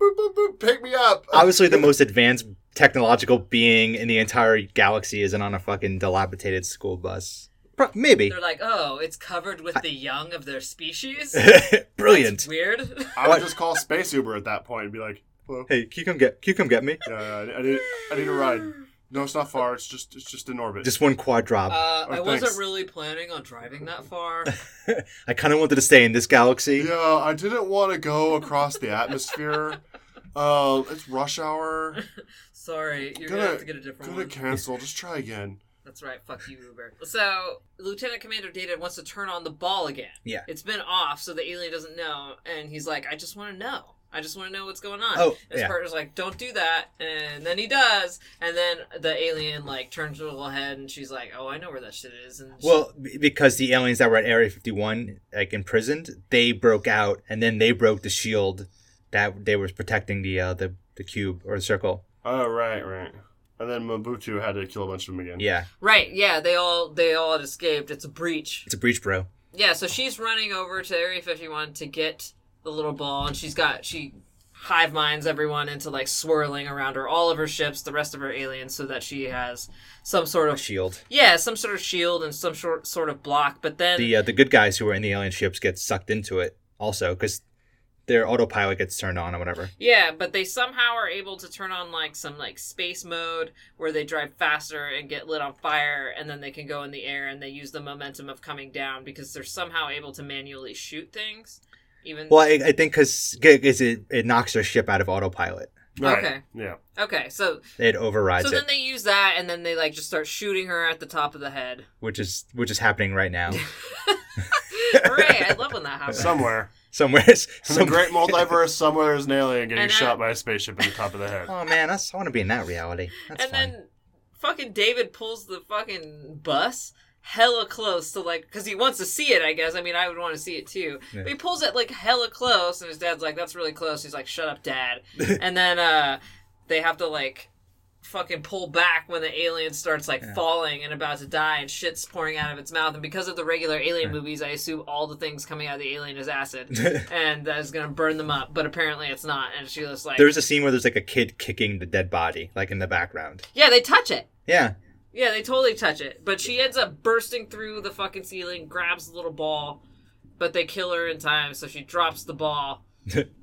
Speaker 9: Boop, boop, boop, pick me up.
Speaker 8: obviously the most advanced technological being in the entire galaxy isn't on a fucking dilapidated school bus. Pro- maybe.
Speaker 7: They're like, oh, it's covered with the young of their species.
Speaker 8: Brilliant.
Speaker 7: Weird.
Speaker 9: I would just call Space Uber at that point and be like, hello.
Speaker 8: Hey, can you come get? Can you come get me?
Speaker 9: Yeah, I, I, need, I need a ride. No, it's not far. It's just it's just in orbit.
Speaker 8: Just one quad drop.
Speaker 7: Uh, I wasn't
Speaker 9: thanks.
Speaker 7: really planning on driving that far.
Speaker 8: I kind of wanted to stay in this galaxy.
Speaker 9: yeah, I didn't want to go across the atmosphere. Uh, it's rush hour.
Speaker 7: Sorry, you're gonna,
Speaker 9: Gonna-
Speaker 7: have to get a different
Speaker 9: Gonna
Speaker 7: one.
Speaker 9: cancel. Just try again.
Speaker 7: That's right. Fuck you, Uber. So Lieutenant Commander Data wants to turn on the ball again.
Speaker 8: Yeah.
Speaker 7: It's been off, so the alien doesn't know, and he's like, "I just want to know." I just want to know what's going on.
Speaker 8: Oh,
Speaker 7: his
Speaker 8: yeah.
Speaker 7: partner's like, don't do that, and then he does, and then the alien like turns her little head, and she's like, oh, I know where that shit is. And she-
Speaker 8: Well, b- because the aliens that were at Area 51, like imprisoned, they broke out and then they broke the shield that they was protecting the uh, the the cube or the circle.
Speaker 9: Oh right, right. And then Mobutu had to kill a bunch of them again.
Speaker 8: Yeah,
Speaker 7: right, yeah, they all they all had escaped. It's a breach.
Speaker 8: it's a breach, bro.
Speaker 7: Yeah, so she's running over to Area 51 to get the little ball, and she's got she hive minds everyone into like swirling around her, all of her ships, the rest of her aliens, so that she has some sort of
Speaker 8: Shield.
Speaker 7: yeah, some sort of shield and some sort sort of block. But then
Speaker 8: The uh, the good guys who were in the alien ships get sucked into it also because their autopilot gets turned on or whatever.
Speaker 7: yeah, but they somehow are able to turn on like some like space mode where they drive faster and get lit on fire, and then they can go in the air and they use the momentum of coming down because they're somehow able to manually shoot things. Even
Speaker 8: Well, I, I think because it, it knocks their ship out of autopilot.
Speaker 9: Right.
Speaker 7: Okay.
Speaker 9: Yeah.
Speaker 7: okay, so
Speaker 8: It overrides
Speaker 7: So then
Speaker 8: it,
Speaker 7: they use that, and then they like just start shooting her at the top of the head.
Speaker 8: which is which is happening right now
Speaker 7: Hooray! I love when that happens.
Speaker 9: Somewhere.
Speaker 8: somewhere.
Speaker 9: In
Speaker 8: some
Speaker 9: the great multiverse, somewhere there's an alien getting
Speaker 7: And, uh,
Speaker 9: shot by a spaceship in the top of the head.
Speaker 8: Oh man, that's, I want to be in that reality. That's
Speaker 7: and
Speaker 8: fun.
Speaker 7: then fucking David pulls the fucking bus hella close to like because he wants to see it. I guess. I mean, I would want to see it too. But he pulls it like hella close, and his dad's like, "That's really close." He's like, "Shut up, dad." and then uh, they have to like fucking pull back when the alien starts like falling and about to die and shit's pouring out of its mouth and because of the regular alien movies i assume all the things coming out of the alien is acid and that is going to burn them up but apparently it's not and she was like
Speaker 8: There's a scene where there's like a kid kicking the dead body, like in the background.
Speaker 7: yeah they touch it
Speaker 8: Yeah.
Speaker 7: Yeah, they totally touch it. But she ends up bursting through the fucking ceiling, grabs the little ball, but they kill her in time, so she drops the ball.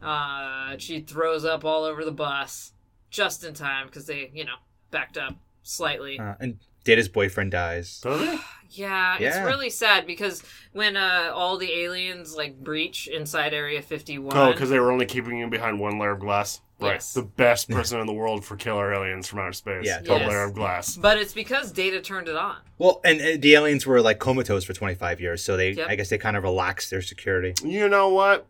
Speaker 7: uh, she throws up all over the bus just in time because they, you know, backed up slightly.
Speaker 8: Uh, and Data's boyfriend dies.
Speaker 9: Does it?
Speaker 7: Yeah, it's
Speaker 8: Yeah.
Speaker 7: really sad because when uh, all the aliens like breach inside Area 51.
Speaker 9: Oh, because they were only keeping him behind one layer of glass. Right.
Speaker 7: Yes.
Speaker 9: The best person in the world for killer aliens from outer space.
Speaker 8: Yeah,
Speaker 9: One
Speaker 7: Yes.
Speaker 9: layer of glass.
Speaker 7: But it's because Data turned it on.
Speaker 8: Well, and, and the aliens were like comatose for 25 years, so they,
Speaker 7: Yep.
Speaker 8: I guess, they kind of relaxed their security.
Speaker 9: You know what?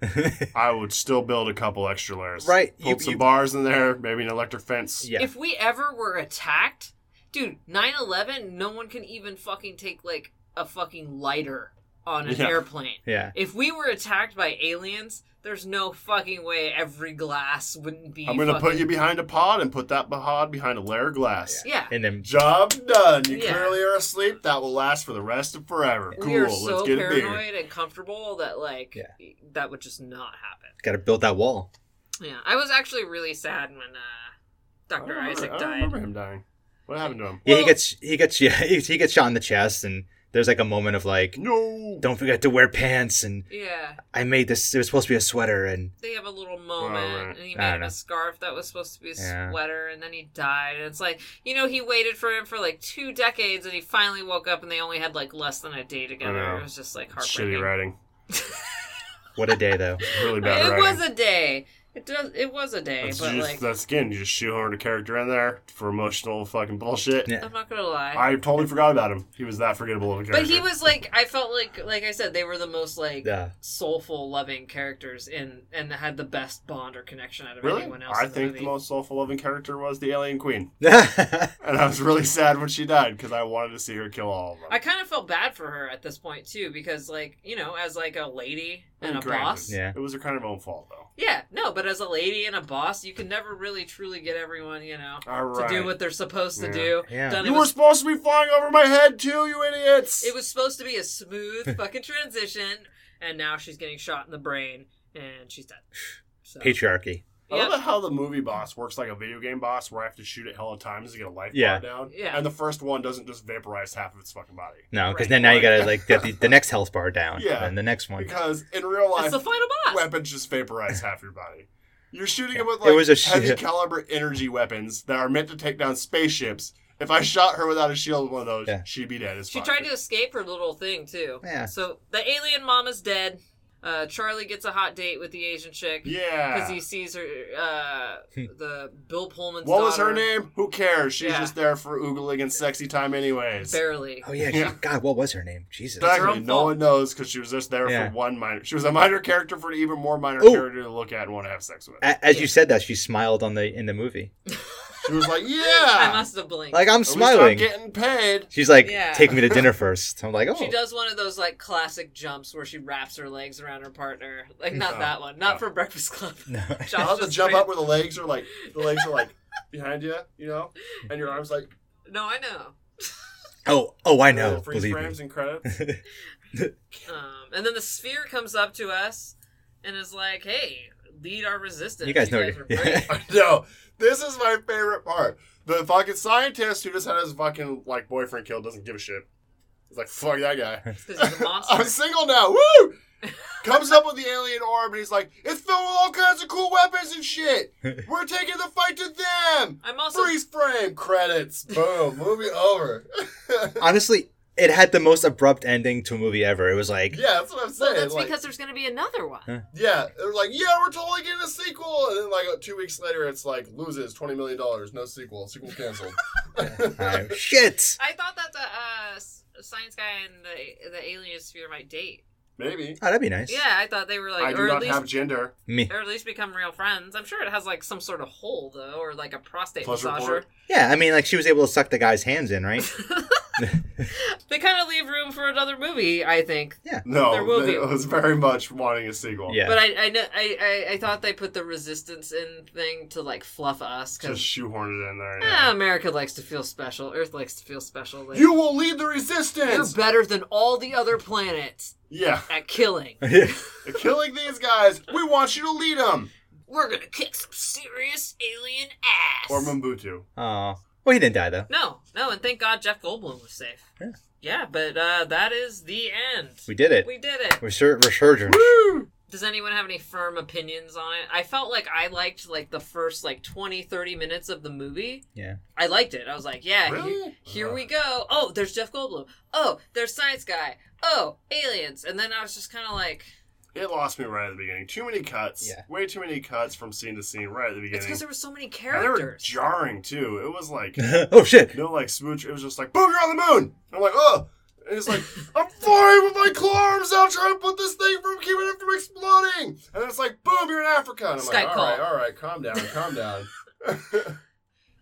Speaker 9: I would still build a couple extra layers.
Speaker 8: Right,
Speaker 9: Put
Speaker 8: you-
Speaker 9: some
Speaker 8: you-
Speaker 9: bars in there, maybe an electric fence.
Speaker 8: Yeah.
Speaker 7: If we ever were attacked, dude, 9/11, no one can even fucking take like a fucking lighter on an
Speaker 9: Yeah.
Speaker 7: airplane.
Speaker 8: Yeah.
Speaker 7: If we were attacked by aliens, there's no fucking way every glass wouldn't be.
Speaker 9: I'm going to put
Speaker 7: fucking-
Speaker 9: you behind a pod and put that pod behind a layer of glass.
Speaker 7: Yeah.
Speaker 8: And then
Speaker 9: Job done. You
Speaker 7: Yeah.
Speaker 9: clearly are asleep. That will last for the rest of forever. Cool.
Speaker 7: We are so
Speaker 9: Let's get a beer.
Speaker 7: paranoid and comfortable that like
Speaker 8: Yeah.
Speaker 7: that would just not happen.
Speaker 8: got to build that wall.
Speaker 7: Yeah, I was actually really sad when uh,
Speaker 9: I
Speaker 7: Dr.
Speaker 9: remember-
Speaker 7: Isaac
Speaker 9: I
Speaker 7: died.
Speaker 9: remember him dying. What happened to him?
Speaker 8: yeah,
Speaker 7: Well-
Speaker 8: he gets he gets yeah, he he gets shot in the chest, and there's like a moment of like,
Speaker 9: No.
Speaker 8: don't forget to wear pants, and
Speaker 7: Yeah,
Speaker 8: I made this. It was supposed to be a sweater, and
Speaker 7: they have a little moment
Speaker 9: right.
Speaker 7: and he
Speaker 8: I
Speaker 7: made
Speaker 8: don't
Speaker 7: him
Speaker 8: know.
Speaker 7: a scarf that was supposed to be a
Speaker 8: Yeah.
Speaker 7: sweater and then he died and it's like you know he waited for him for like two decades and he finally woke up and they only had like less than a day
Speaker 9: I
Speaker 7: together
Speaker 9: know.
Speaker 7: it was just like heartbreaking
Speaker 9: Shitty writing.
Speaker 8: what a day though.
Speaker 9: Really bad
Speaker 7: it
Speaker 9: writing.
Speaker 7: was a day it does it was a day
Speaker 9: That's
Speaker 7: but
Speaker 9: just,
Speaker 7: like
Speaker 9: that's again, you just shoehorned a character in there for emotional fucking bullshit.
Speaker 8: Yeah.
Speaker 7: i'm not gonna lie
Speaker 9: I totally forgot about him. He was that forgettable of a character.
Speaker 7: but he was like i felt like like i said they were the most like
Speaker 8: Yeah.
Speaker 7: soulful loving characters in and had the best bond or connection out of
Speaker 9: really.
Speaker 7: anyone else
Speaker 9: I
Speaker 7: in the
Speaker 9: think the
Speaker 7: movie.
Speaker 9: most soulful loving character was the alien queen,
Speaker 8: yeah,
Speaker 9: and I was really sad when she died because I wanted to see her kill all of them.
Speaker 7: I kind of felt bad for her at this point too, because like you know, as like a lady and a
Speaker 9: Granted,
Speaker 7: boss,
Speaker 8: Yeah.
Speaker 9: it was her kind of own fault though.
Speaker 7: yeah, no, but as a lady and a boss, you can never really truly get everyone you know
Speaker 9: All
Speaker 7: to do
Speaker 9: right.
Speaker 7: what they're supposed to
Speaker 9: Yeah.
Speaker 7: do.
Speaker 8: Yeah.
Speaker 7: Done-
Speaker 9: You
Speaker 7: it,
Speaker 9: were
Speaker 7: was,
Speaker 9: supposed to be flying over my head too, you idiots.
Speaker 7: it was supposed to be a smooth fucking transition, and now she's getting shot in the brain and she's dead. So,
Speaker 8: patriarchy.
Speaker 9: I
Speaker 7: yep.
Speaker 9: love how the movie boss works like a video game boss where I have to shoot it hella times to get a life
Speaker 8: Yeah.
Speaker 9: bar down.
Speaker 7: Yeah.
Speaker 9: And the first one doesn't just vaporize half of its fucking body.
Speaker 8: No, because
Speaker 7: Right.
Speaker 8: then now you gotta like get the, the next health bar down,
Speaker 9: Yeah.
Speaker 8: and the next one.
Speaker 9: Because in real life,
Speaker 7: it's the final boss.
Speaker 9: weapons just vaporize half your body. You're shooting them with
Speaker 8: It
Speaker 9: like
Speaker 8: was a sh-
Speaker 9: heavy caliber energy weapons that are meant to take down spaceships. If I shot her without a shield with one of those,
Speaker 8: Yeah.
Speaker 9: she'd be dead as
Speaker 7: She
Speaker 9: fuck.
Speaker 7: tried to escape her little thing too.
Speaker 8: Yeah.
Speaker 7: So the alien mom is dead. Uh, Uh, Charlie gets a hot date with the Asian chick.
Speaker 9: Yeah.
Speaker 7: Because he sees her, uh,
Speaker 8: Hmm.
Speaker 7: the Bill Pullman's
Speaker 9: What was
Speaker 7: daughter.
Speaker 9: her name? Who cares? She's
Speaker 7: Yeah.
Speaker 9: just there for oogling and sexy time, anyways.
Speaker 7: Barely.
Speaker 8: Oh yeah,
Speaker 9: Yeah.
Speaker 8: she- God, what was her name? Jesus.
Speaker 7: her
Speaker 9: Exactly.
Speaker 7: own
Speaker 9: No
Speaker 7: fault.
Speaker 9: one knows because she was just there
Speaker 8: Yeah.
Speaker 9: for one minor. She was a minor character for an even more minor
Speaker 8: Ooh.
Speaker 9: character to look at and want to have sex with.
Speaker 8: A- As you said that, she smiled on the in the movie.
Speaker 9: She was like, "Yeah,
Speaker 7: I must have blinked.
Speaker 8: Like I'm
Speaker 9: At least I'm
Speaker 8: smiling.
Speaker 9: getting paid."
Speaker 8: She's like,
Speaker 7: Yeah.
Speaker 8: take me to dinner first. I'm like, oh,
Speaker 7: She does one of those like classic jumps where she wraps her legs around her partner. Like not that one, not for Breakfast Club. No,
Speaker 9: I love the jump up where the legs are like the legs are like behind you, you know, and your arms like
Speaker 7: No, I know.
Speaker 8: oh, oh, I
Speaker 9: uh,
Speaker 8: know.
Speaker 9: freeze
Speaker 8: Believe
Speaker 9: frames
Speaker 8: me.
Speaker 9: and credits.
Speaker 7: Um, and then the sphere comes up to us and is like, "Hey, lead our resistance.
Speaker 8: You guys know.
Speaker 7: are
Speaker 8: what you're-
Speaker 7: brave."
Speaker 9: no, this is my favorite part. The fucking scientist who just had his fucking like boyfriend killed doesn't give a shit. He's like, "Fuck that guy."
Speaker 7: It's 'cause he's a
Speaker 9: I'm
Speaker 7: monster.
Speaker 9: single now. Woo! Comes up with the alien orb and he's like, it's filled with all kinds of cool weapons and shit. We're taking the fight to them.
Speaker 7: I'm also
Speaker 9: Freeze frame credits. Boom. Movie over.
Speaker 8: Honestly, it had the most abrupt ending to a movie ever. It was like,
Speaker 9: yeah, that's what I'm saying.
Speaker 7: well, that's
Speaker 9: like,
Speaker 7: because there's going to be another one.
Speaker 9: yeah, they're like, yeah, we're totally getting a sequel. And then like two weeks later, it's like loses twenty million dollars, no sequel, sequel canceled.
Speaker 8: uh, shit.
Speaker 7: I thought that the uh, s- science guy and the the alien sphere might date.
Speaker 9: Maybe.
Speaker 8: Oh, that'd be nice.
Speaker 7: Yeah, I thought they were
Speaker 9: I
Speaker 7: like,
Speaker 9: do
Speaker 7: or at
Speaker 9: not
Speaker 7: least
Speaker 9: have gender.
Speaker 8: Me.
Speaker 7: or at least become real friends. I'm sure it has like some sort of hole though, or like a prostate
Speaker 9: Pleasure
Speaker 7: massager.
Speaker 9: board.
Speaker 8: Yeah, I mean, like she was able to suck the guy's hands in, right?
Speaker 7: They kind of leave room for another movie, I think.
Speaker 9: No,
Speaker 7: There will be.
Speaker 9: it was very much wanting a sequel.
Speaker 8: Yeah.
Speaker 7: But I I, know, I I I thought they put the resistance in thing to like fluff us
Speaker 9: Just
Speaker 7: because
Speaker 9: shoehorned it in there. yeah.
Speaker 7: eh, America likes to feel special. Earth likes to feel special. Like,
Speaker 9: You will lead the
Speaker 7: you're
Speaker 9: resistance.
Speaker 7: better than all the other planets
Speaker 9: yeah.
Speaker 7: at killing.
Speaker 9: They're killing these guys. We want you to lead them.
Speaker 7: We're gonna kick some serious alien ass.
Speaker 9: Or Mambutu.
Speaker 8: Aw. Well, he didn't die though.
Speaker 7: no, no, and thank God Jeff Goldblum was safe. Yeah, but uh, that is the end.
Speaker 8: We did it.
Speaker 7: we did it.
Speaker 8: We're sur- resurgent.
Speaker 7: does anyone have any firm opinions on it i felt like i liked like the first like 20 30 minutes of the movie
Speaker 8: Yeah. Uh.
Speaker 7: i liked it i was like yeah he-
Speaker 9: Really?
Speaker 7: here we go oh there's jeff goldblum oh there's science guy oh aliens and then i was just kind of like
Speaker 9: It lost me right at the beginning. Too many cuts.
Speaker 8: Yeah.
Speaker 9: Way too many cuts from scene to scene right at the
Speaker 7: it's
Speaker 9: beginning.
Speaker 7: because there were so many
Speaker 9: And they were
Speaker 7: characters
Speaker 9: jarring too. It was like
Speaker 8: oh shit.
Speaker 9: no like smooch. It was just like boom, you're on the moon. I'm like oh. And he's like, I'm flying with my claw arms out, trying to put this thing from keeping it from exploding. And it's like, boom, you're in Africa. And I'm
Speaker 7: Skype
Speaker 9: like, all right,
Speaker 7: call.
Speaker 9: all right, calm down, calm down.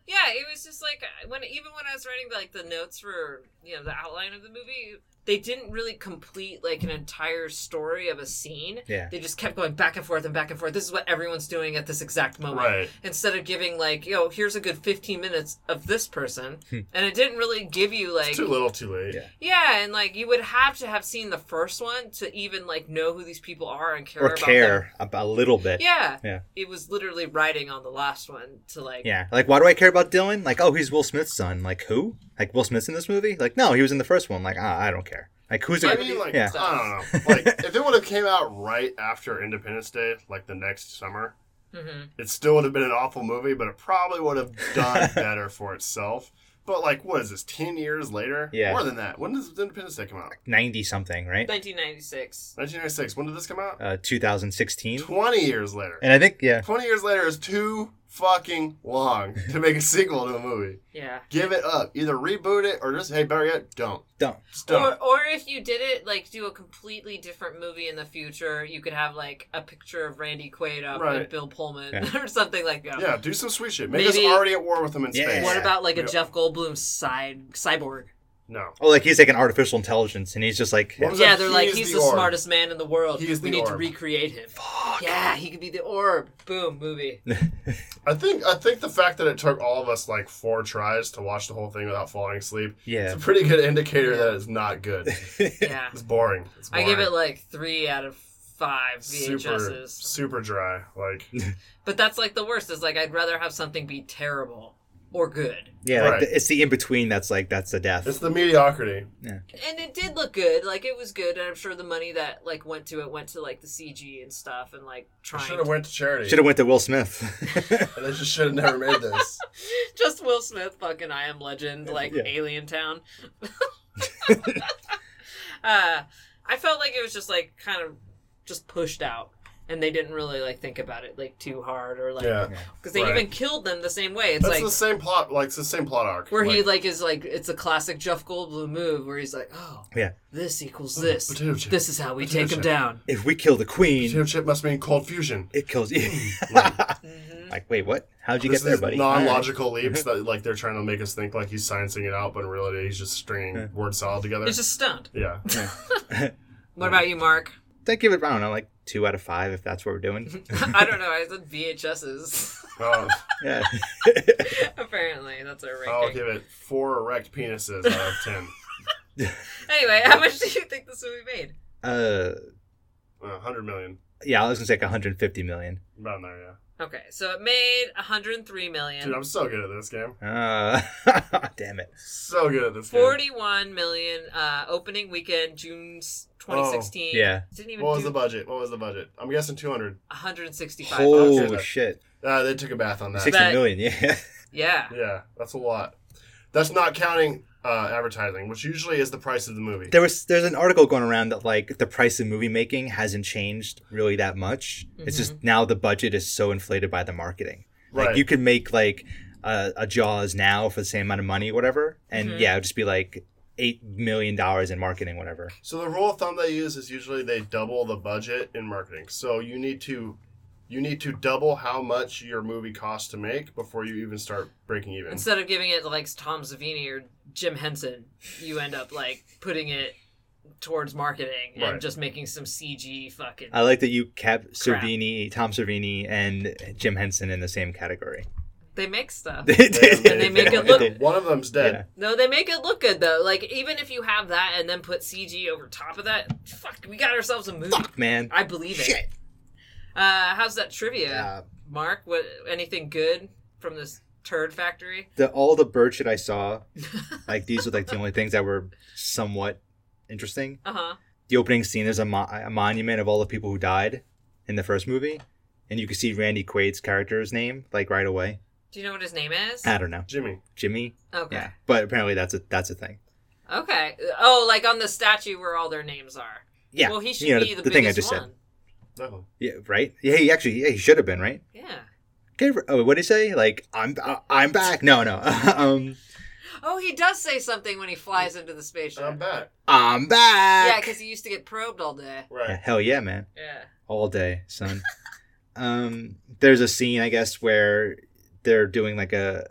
Speaker 7: yeah it was just like uh, when even when i was writing like the notes for you know the outline of the movie they didn't really complete like an entire story of a scene
Speaker 8: Yeah.
Speaker 7: they just kept going back and forth and back and forth this is what everyone's doing at this exact moment
Speaker 9: Right.
Speaker 7: instead of giving like yo here's a good 15 minutes of this person
Speaker 8: Hmm.
Speaker 7: and it didn't really give you like
Speaker 9: too little, too late.
Speaker 8: Yeah.
Speaker 7: yeah and like you would have to have seen the first one to even like know who these people are and care
Speaker 8: Or
Speaker 7: about them
Speaker 8: care ab- a little bit.
Speaker 7: yeah
Speaker 8: Yeah.
Speaker 7: it was literally riding on the last one to like
Speaker 8: Yeah. Like, why do I care about Dylan? Like, oh, he's Will Smith's son. Like, who? Like, Will Smith's in this movie? Like, no, he was in the first one. Like, ah, I don't care. Like, who's
Speaker 9: I
Speaker 8: it?
Speaker 9: mean, like,
Speaker 8: yeah.
Speaker 9: I don't know. Like, if it would have came out right after Independence Day, like the next summer,
Speaker 8: Mm-hmm.
Speaker 9: it still would have been an awful movie, but it probably would have done better for itself. But like, what is this? Ten years later?
Speaker 8: Yeah.
Speaker 9: More than that. When does Independence Day come out?
Speaker 8: 90 something, right?
Speaker 7: 1996
Speaker 9: 1996. When did this come out?
Speaker 8: Uh, 2016.
Speaker 9: Twenty years later.
Speaker 8: And I think, yeah.
Speaker 9: Twenty years later is too fucking long to make a sequel to a movie.
Speaker 7: yeah
Speaker 9: Give it up. Either reboot it or just hey, better yet, don't.
Speaker 8: Don't.
Speaker 9: Just don't.
Speaker 7: or, or if you did it like do a completely different movie in the future you could have like a picture of randy quaid
Speaker 9: Right.
Speaker 7: and bill pullman
Speaker 8: Yeah.
Speaker 7: or something like that
Speaker 9: yeah, do some sweet shit. Make
Speaker 7: Maybe-
Speaker 9: us already at war with them in
Speaker 8: Yeah.
Speaker 9: space.
Speaker 7: what about like a
Speaker 9: Yeah.
Speaker 7: jeff goldblum side cyborg
Speaker 9: No.
Speaker 8: Oh, like, he's like an artificial intelligence, and he's just like,
Speaker 9: What was
Speaker 7: Yeah,
Speaker 9: that?
Speaker 7: they're
Speaker 9: He
Speaker 7: like,
Speaker 9: is
Speaker 7: he's
Speaker 9: the
Speaker 7: the,
Speaker 9: orb.
Speaker 7: smartest man in the world.
Speaker 9: He is
Speaker 7: we
Speaker 9: the
Speaker 7: need to
Speaker 9: orb.
Speaker 7: recreate him. Yeah, he could be the orb. Boom, movie.
Speaker 9: I think I think the fact that it took all of us like four tries to watch the whole thing without falling asleep,
Speaker 8: Yeah.
Speaker 9: it's a pretty good indicator that it's not good.
Speaker 7: Yeah.
Speaker 9: It's boring. It's
Speaker 7: I
Speaker 9: boring.
Speaker 7: give it like three out of five
Speaker 9: super
Speaker 7: VHSs.
Speaker 9: super dry. Like
Speaker 7: But that's like the worst. Is like I'd rather have something be terrible or good.
Speaker 8: yeah, like,
Speaker 9: Right.
Speaker 8: the, it's the in between that's like, that's the death.
Speaker 9: it's the mediocrity.
Speaker 7: And it did look good. Like it was good, and I'm sure the money that like went to it went to like the CG and stuff, and like trying.
Speaker 9: Should have went to charity.
Speaker 8: Should have went to Will Smith.
Speaker 9: They just should have never made this.
Speaker 7: Just Will Smith, fucking I Am Legend, like Alien Town. uh, I felt like it was just like kind of just pushed out, and they didn't really like think about it like too hard or like
Speaker 9: Yeah.
Speaker 7: because they
Speaker 9: Right.
Speaker 7: even killed them the same way. It's
Speaker 9: That's
Speaker 7: like
Speaker 9: the same plot. Like it's the same plot arc.
Speaker 7: where he like is like it's a classic Jeff Goldblum move where he's like, oh,
Speaker 8: Yeah.
Speaker 7: this equals this.
Speaker 9: Oh, potato chip,
Speaker 7: This is how we
Speaker 9: potato
Speaker 7: take them
Speaker 9: chip."
Speaker 7: down.
Speaker 8: If we kill the queen,
Speaker 9: potato chip must mean cold fusion.
Speaker 8: it kills you.
Speaker 7: Mm-hmm.
Speaker 8: like, wait, what? How'd you
Speaker 9: This
Speaker 8: get there,
Speaker 9: is
Speaker 8: buddy?
Speaker 9: non-logical leaps that like they're trying to make us think like he's sciencing it out, but in reality he's just stringing word salad together.
Speaker 7: It's just stunned.
Speaker 9: yeah.
Speaker 7: What about you, Mark?
Speaker 8: All right. I give it, I don't know, like two out of five if that's what we're doing.
Speaker 7: I don't know. I said VHSs.
Speaker 9: Uh,
Speaker 8: yeah.
Speaker 7: Apparently, that's our ranking.
Speaker 9: I'll give it four erect penises out of ten.
Speaker 7: Anyway, how much do you think this movie made?
Speaker 8: Uh,
Speaker 9: Uh, Hundred million,
Speaker 8: yeah, I was gonna say like 150 million.
Speaker 9: about there, yeah.
Speaker 7: Okay, so it made 103 million.
Speaker 9: Dude, I'm so good at this game.
Speaker 8: Uh, damn it.
Speaker 9: So good at this game.
Speaker 7: 41 million uh, opening weekend, June s- 2016.
Speaker 8: Oh, yeah.
Speaker 7: Didn't even
Speaker 9: What was
Speaker 7: do
Speaker 9: the budget? What was the budget? I'm guessing 200.
Speaker 7: 165.
Speaker 8: Holy
Speaker 9: Okay.
Speaker 8: shit.
Speaker 9: Uh, they took a bath on that.
Speaker 8: 60
Speaker 7: But-
Speaker 8: million, yeah.
Speaker 7: Yeah.
Speaker 9: Yeah, that's a lot. That's not counting uh, advertising, which usually is the price of the movie.
Speaker 8: There was there's an article going around that like the price of movie making hasn't changed really that much. It's just now the budget is so inflated by the marketing. Like
Speaker 9: Right.
Speaker 8: you can make like a, a Jaws now for the same amount of money, whatever, and yeah, it'd just be like eight million dollars in marketing, whatever.
Speaker 9: So the rule of thumb they use is usually they double the budget in marketing. So you need to you need to double how much your movie costs to make before you even start breaking even.
Speaker 7: Instead of giving it to like Tom Savini or Jim Henson, you end up like putting it towards marketing and
Speaker 9: Right.
Speaker 7: just making some CG fucking.
Speaker 8: I like that you kept
Speaker 7: Crap.
Speaker 8: Cervini, Tom Cervini, and Jim Henson in the same category.
Speaker 7: they make stuff.
Speaker 8: They did.
Speaker 7: And they make it look
Speaker 9: One of them's dead.
Speaker 8: Yeah.
Speaker 7: No, they make it look good though. Like even if you have that and then put CG over top of that, fuck, we got ourselves a movie.
Speaker 8: man.
Speaker 7: I believe it. Uh, how's that trivia,
Speaker 8: Uh,
Speaker 7: Mark? What anything good from this turd factory?
Speaker 8: the all the bird shit I saw, like these were like the only things that were somewhat interesting.
Speaker 7: Uh huh.
Speaker 8: The opening scene is a, mo- a monument of all the people who died in the first movie, and you can see Randy Quaid's character's name like right away.
Speaker 7: Do you know what his name is?
Speaker 8: I don't know,
Speaker 9: Jimmy.
Speaker 8: Jimmy.
Speaker 7: Okay.
Speaker 8: Uh, Yeah, but apparently that's a that's a thing.
Speaker 7: Okay. Oh, like on the statue where all their names are.
Speaker 8: Yeah,
Speaker 7: Well, he should
Speaker 8: you know,
Speaker 7: be the, biggest one.
Speaker 9: No.
Speaker 8: Yeah, right. Yeah, he actually yeah, he should have been right.
Speaker 7: Yeah.
Speaker 8: Okay, oh, what did he say? Like I'm uh, I'm back. No, no. um,
Speaker 7: Oh, he does say something when he flies into the spaceship.
Speaker 9: I'm back.
Speaker 8: I'm
Speaker 7: yeah,
Speaker 8: back.
Speaker 7: because he used to get probed all day.
Speaker 8: Yeah,
Speaker 9: Right.
Speaker 8: hell yeah, man.
Speaker 7: Yeah.
Speaker 8: all day, son. um, there's a scene, I guess, where they're doing like a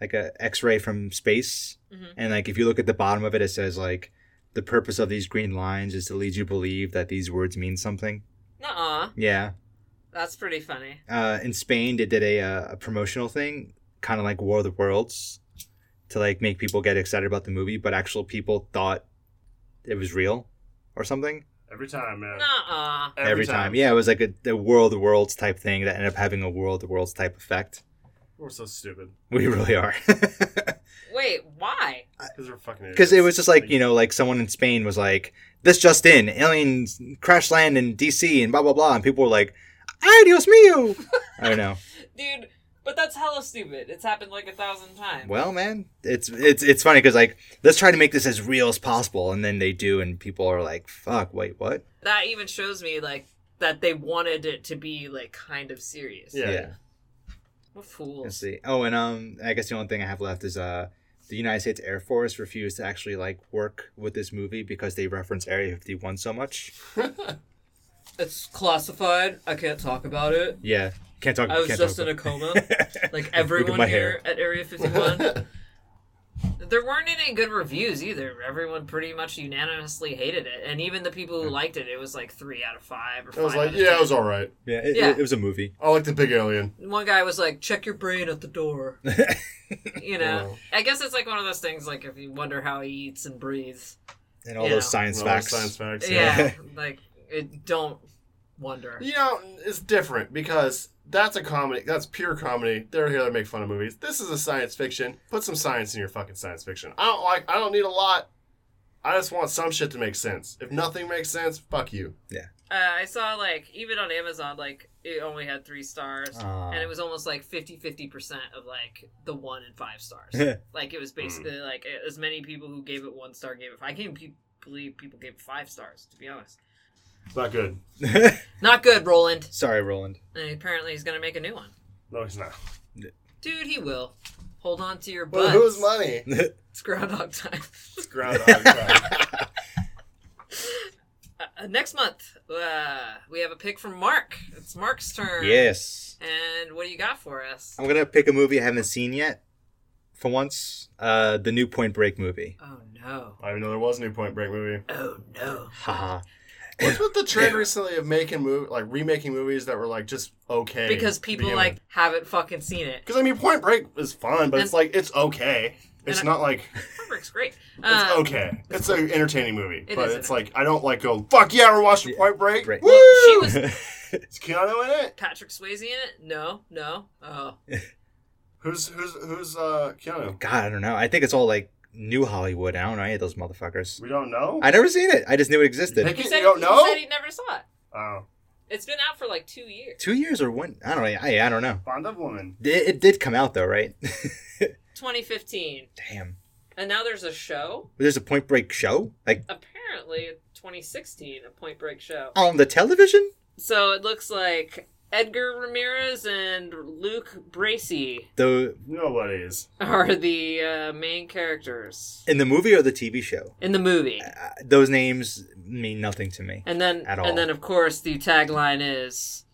Speaker 8: like a X-ray from space,
Speaker 7: Mhm.
Speaker 8: and like if you look at the bottom of it, it says like the purpose of these green lines is to lead you to believe that these words mean something.
Speaker 7: Nuh-uh.
Speaker 8: Yeah.
Speaker 7: That's pretty funny.
Speaker 8: Uh, in Spain, they did a, uh, a promotional thing, kind of like War of the Worlds, to like make people get excited about the movie, but actual people thought it was real or something.
Speaker 9: Every time,
Speaker 8: Uh.
Speaker 9: man.
Speaker 7: Nuh-uh.
Speaker 8: every, time. Yeah, it was like a, a world of worlds type thing that ended up having a world of worlds type effect.
Speaker 9: We're so stupid.
Speaker 8: We really are.
Speaker 7: Wait, why?
Speaker 9: Because we're fucking
Speaker 8: Because it was just like, you know, like someone in Spain was like, this just in, aliens crash land in DC and blah, blah, blah. And people were like, ay, Dios mío. I don't know.
Speaker 7: Dude, but that's hella stupid. It's happened like a thousand times.
Speaker 8: Well, man, it's it's it's funny because like let's try to make this as real as possible, and then they do, and people are like, "Fuck, wait, what?"
Speaker 7: That even shows me like that they wanted it to be like kind of serious.
Speaker 9: Yeah.
Speaker 7: What
Speaker 8: Let's
Speaker 7: fools.
Speaker 8: see. Oh, and um, I guess the only thing I have left is uh, the United States Air Force refused to actually like work with this movie because they reference Area 51 so much.
Speaker 7: It's classified. I can't talk about it.
Speaker 8: Yeah, can't talk.
Speaker 7: I was
Speaker 8: can't
Speaker 7: just in
Speaker 8: talk
Speaker 7: a
Speaker 8: about-
Speaker 7: coma. like
Speaker 8: my
Speaker 7: everyone here
Speaker 8: hair.
Speaker 7: at Area 51. there weren't any good reviews either. Everyone pretty much unanimously hated it. And even the people who liked it, it was like 3 out of 5 or 5.
Speaker 9: I was like,
Speaker 7: out of
Speaker 9: yeah,
Speaker 7: 10.
Speaker 9: it was all right.
Speaker 8: yeah, it,
Speaker 7: Yeah.
Speaker 8: It, was a movie.
Speaker 9: I like the big alien.
Speaker 7: one guy was like, "Check your brain at the door." you know, I guess it's like one of those things. Like if you wonder how he eats and breathes,
Speaker 8: And all
Speaker 7: Yeah.
Speaker 8: those science
Speaker 9: Well,
Speaker 8: facts.
Speaker 9: Science facts.
Speaker 7: yeah, like it, don't wonder.
Speaker 9: You know, it's different because that's a comedy. That's pure comedy. They're here to make fun of movies. This is a science fiction. Put some science in your fucking science fiction. I don't like. I don't need a lot. I just want some shit to make sense. If nothing makes sense, fuck you.
Speaker 7: Uh, I saw like even on Amazon, like it only had three stars,
Speaker 8: Aw.
Speaker 7: and it was almost like 50 percent of like the one and five stars. like it was basically like as many people who gave it one star gave it. Five. I can't pe- believe people gave it five stars. To be honest,
Speaker 9: It's not good.
Speaker 7: Not good, Roland.
Speaker 8: Sorry, Roland.
Speaker 7: And apparently he's gonna make a new one.
Speaker 9: No, he's not.
Speaker 7: Dude, he will. Hold on to your butt.
Speaker 9: Well, who's money?
Speaker 7: It's Groundhog Time.
Speaker 9: It's Groundhog Day.
Speaker 7: Uh, next month, uh, we have a pick from Mark. It's Mark's turn.
Speaker 8: Yes.
Speaker 7: And what do you got for us?
Speaker 8: I'm gonna pick a movie I haven't seen yet. For once, uh, the new Point Break movie.
Speaker 7: Oh no.
Speaker 9: I didn't know there was a new Point Break movie.
Speaker 7: Oh no.
Speaker 8: Haha.
Speaker 9: What's with the trend recently of making movie, like remaking movies that were like just okay?
Speaker 7: Because people like haven't fucking seen it.
Speaker 9: because I mean, Point Break is fun, but it's
Speaker 7: And-
Speaker 9: like it's okay. It's
Speaker 7: And I-
Speaker 9: not like
Speaker 7: Works great.
Speaker 9: it's
Speaker 7: Uh,
Speaker 9: okay. It's an entertaining movie,
Speaker 7: It
Speaker 9: but
Speaker 7: is
Speaker 9: it's like I don't like go fuck yeah, we're watching Point Break.
Speaker 8: Right.
Speaker 9: Woo!
Speaker 7: Well, she was
Speaker 9: Is Keanu in it?
Speaker 7: Patrick Swayze in it? No, no. Oh,
Speaker 9: Who's who's who's uh Keanu?
Speaker 8: God, I don't know. I think it's all like new Hollywood. I don't know any of those motherfuckers.
Speaker 9: We don't know.
Speaker 8: I never seen it. I just knew it existed.
Speaker 9: Like-
Speaker 7: he
Speaker 9: You
Speaker 7: said,
Speaker 9: don't
Speaker 7: he
Speaker 9: know?
Speaker 7: said he never saw it.
Speaker 9: oh,
Speaker 7: It's been out for like two years.
Speaker 8: Two years or one? I don't know. I, I don't know.
Speaker 9: Bond of Woman.
Speaker 8: It, it did come out though, right?
Speaker 7: 2015,
Speaker 8: Damn.
Speaker 7: and now there's a show.
Speaker 8: There's a Point Break show, like
Speaker 7: Apparently, 2016, a Point Break show.
Speaker 8: on the television.
Speaker 7: So it looks like Edgar Ramirez and Luke Bracey
Speaker 8: The
Speaker 9: Nobody's.
Speaker 7: are the uh, main characters
Speaker 8: in the movie or the TV show?
Speaker 7: in the movie.
Speaker 8: Uh, those names mean nothing to me.
Speaker 7: And then,
Speaker 8: At all.
Speaker 7: and then, of course, the tagline is,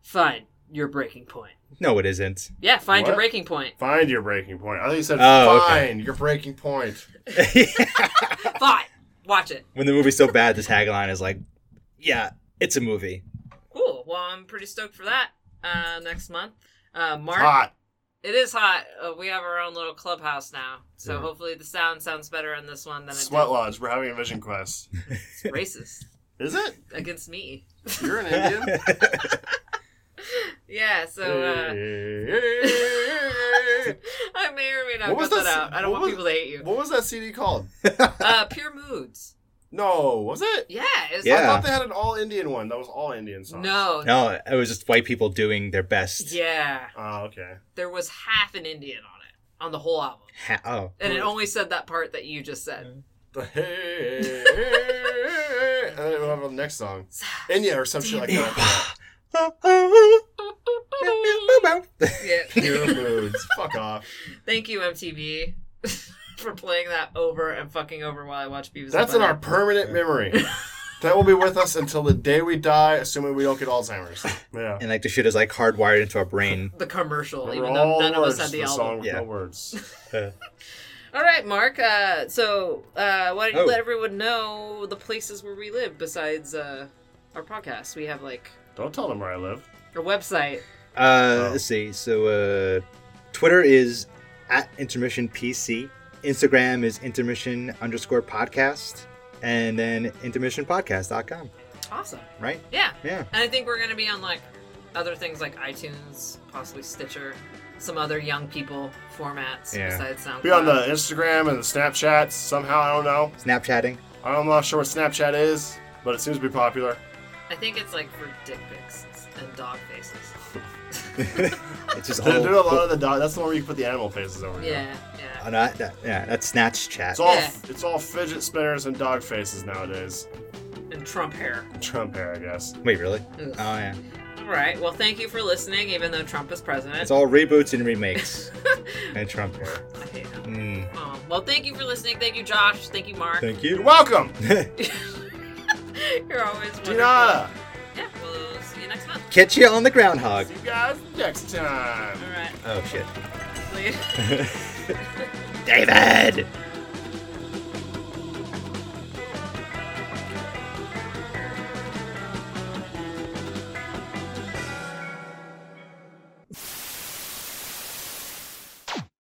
Speaker 7: "Find your breaking point."
Speaker 8: No, it isn't.
Speaker 7: Yeah, find your
Speaker 9: What?
Speaker 7: breaking point.
Speaker 9: Find your breaking point. I think you said
Speaker 8: Oh, okay.
Speaker 9: find your breaking point.
Speaker 7: Fine, watch it.
Speaker 8: when the movie's so bad, the tagline is like, "Yeah, it's a movie."
Speaker 7: Cool. Well, I'm pretty stoked for that. Uh, next month, uh, Mark.
Speaker 9: Hot.
Speaker 7: It is hot. Uh, we have our own little clubhouse now, so hopefully the sound sounds better on this one than it
Speaker 9: Sweat lodge. We're having a vision quest.
Speaker 7: did. Racist
Speaker 9: Is it?
Speaker 7: against me.
Speaker 9: You're an Indian.
Speaker 7: Yeah. So uh, I may or may not
Speaker 9: What was
Speaker 7: cut that
Speaker 9: that-
Speaker 7: out. I don't
Speaker 9: what
Speaker 7: want
Speaker 9: was-
Speaker 7: people to hate you.
Speaker 9: what was that CD called?
Speaker 7: Uh, pure moods.
Speaker 9: No, was it?
Speaker 7: Yeah. It's
Speaker 9: I
Speaker 8: Yeah.
Speaker 9: thought they had an all Indian one that was all Indian songs.
Speaker 7: no.
Speaker 8: no, it was just white people doing their best.
Speaker 7: Yeah.
Speaker 9: Oh, okay.
Speaker 7: There was half an Indian on it on the whole album,
Speaker 8: Ha- oh,
Speaker 7: and it only said that part that you just said.
Speaker 9: The hey, and then it would have the next song. India or some shit like that.
Speaker 7: Yeah.
Speaker 9: Pure moods. Fuck off.
Speaker 7: Thank you, MTV, for playing that over and fucking over while I watch Beavis.
Speaker 9: That's in
Speaker 7: and
Speaker 9: our
Speaker 7: Butthead.
Speaker 9: permanent memory. That will be with us until the day we die, assuming we don't get Alzheimer's. Yeah.
Speaker 8: and like the shit is like hardwired into our brain.
Speaker 7: the commercial,
Speaker 9: Remember
Speaker 7: even though
Speaker 9: all
Speaker 7: none of
Speaker 9: words
Speaker 7: us had
Speaker 9: to
Speaker 7: the album.
Speaker 9: song with
Speaker 8: Yeah.
Speaker 9: no words.
Speaker 7: All right, Mark. Uh, so uh, why don't you
Speaker 8: Oh.
Speaker 7: let everyone know the places where we live besides uh, our podcast? We have like
Speaker 9: Don't tell them where I live.
Speaker 7: our website.
Speaker 8: Uh,
Speaker 9: Oh.
Speaker 8: Let's see. So, uh, Twitter is at intermission PC. Instagram is intermission underscore podcast, and then intermissionpodcast.com.
Speaker 7: Awesome.
Speaker 8: Right?
Speaker 7: Yeah.
Speaker 8: Yeah.
Speaker 7: And I think we're gonna be on like other things like iTunes, possibly Stitcher, some other young people formats
Speaker 8: Yeah.
Speaker 7: besides SoundCloud.
Speaker 9: Be on the Instagram and the Snapchats somehow. I don't know.
Speaker 8: Snapchatting.
Speaker 9: I'm not sure what Snapchat is, but it seems to be popular.
Speaker 7: I think it's like for dick pics and dog faces.
Speaker 8: It's just
Speaker 9: They
Speaker 8: all.
Speaker 9: do a lot of the dog. That's the one where you put the animal faces over. here.
Speaker 7: Yeah, yeah.
Speaker 8: Oh, no, that- yeah, that's Snatch Chat.
Speaker 9: It's all
Speaker 7: Yeah.
Speaker 9: it's all fidget spinners and dog faces nowadays.
Speaker 7: And Trump hair.
Speaker 9: Trump hair, I guess.
Speaker 8: Wait, really? Oh,
Speaker 7: Ugh.
Speaker 8: yeah.
Speaker 7: All right. Well, thank you for listening, even though Trump is president.
Speaker 8: It's all reboots and remakes. and Trump hair.
Speaker 7: I hate him.
Speaker 8: Mm.
Speaker 7: Oh, well, thank you for listening. Thank you, Josh. Thank you, Mark.
Speaker 8: Thank
Speaker 9: You're
Speaker 8: you.
Speaker 9: welcome,
Speaker 7: You're always wonderful.
Speaker 9: Dinah.
Speaker 7: Yeah, we'll see you next month.
Speaker 8: Catch you on the groundhog.
Speaker 9: See you guys next time.
Speaker 7: All right.
Speaker 8: Oh, shit.
Speaker 7: Later.
Speaker 8: David!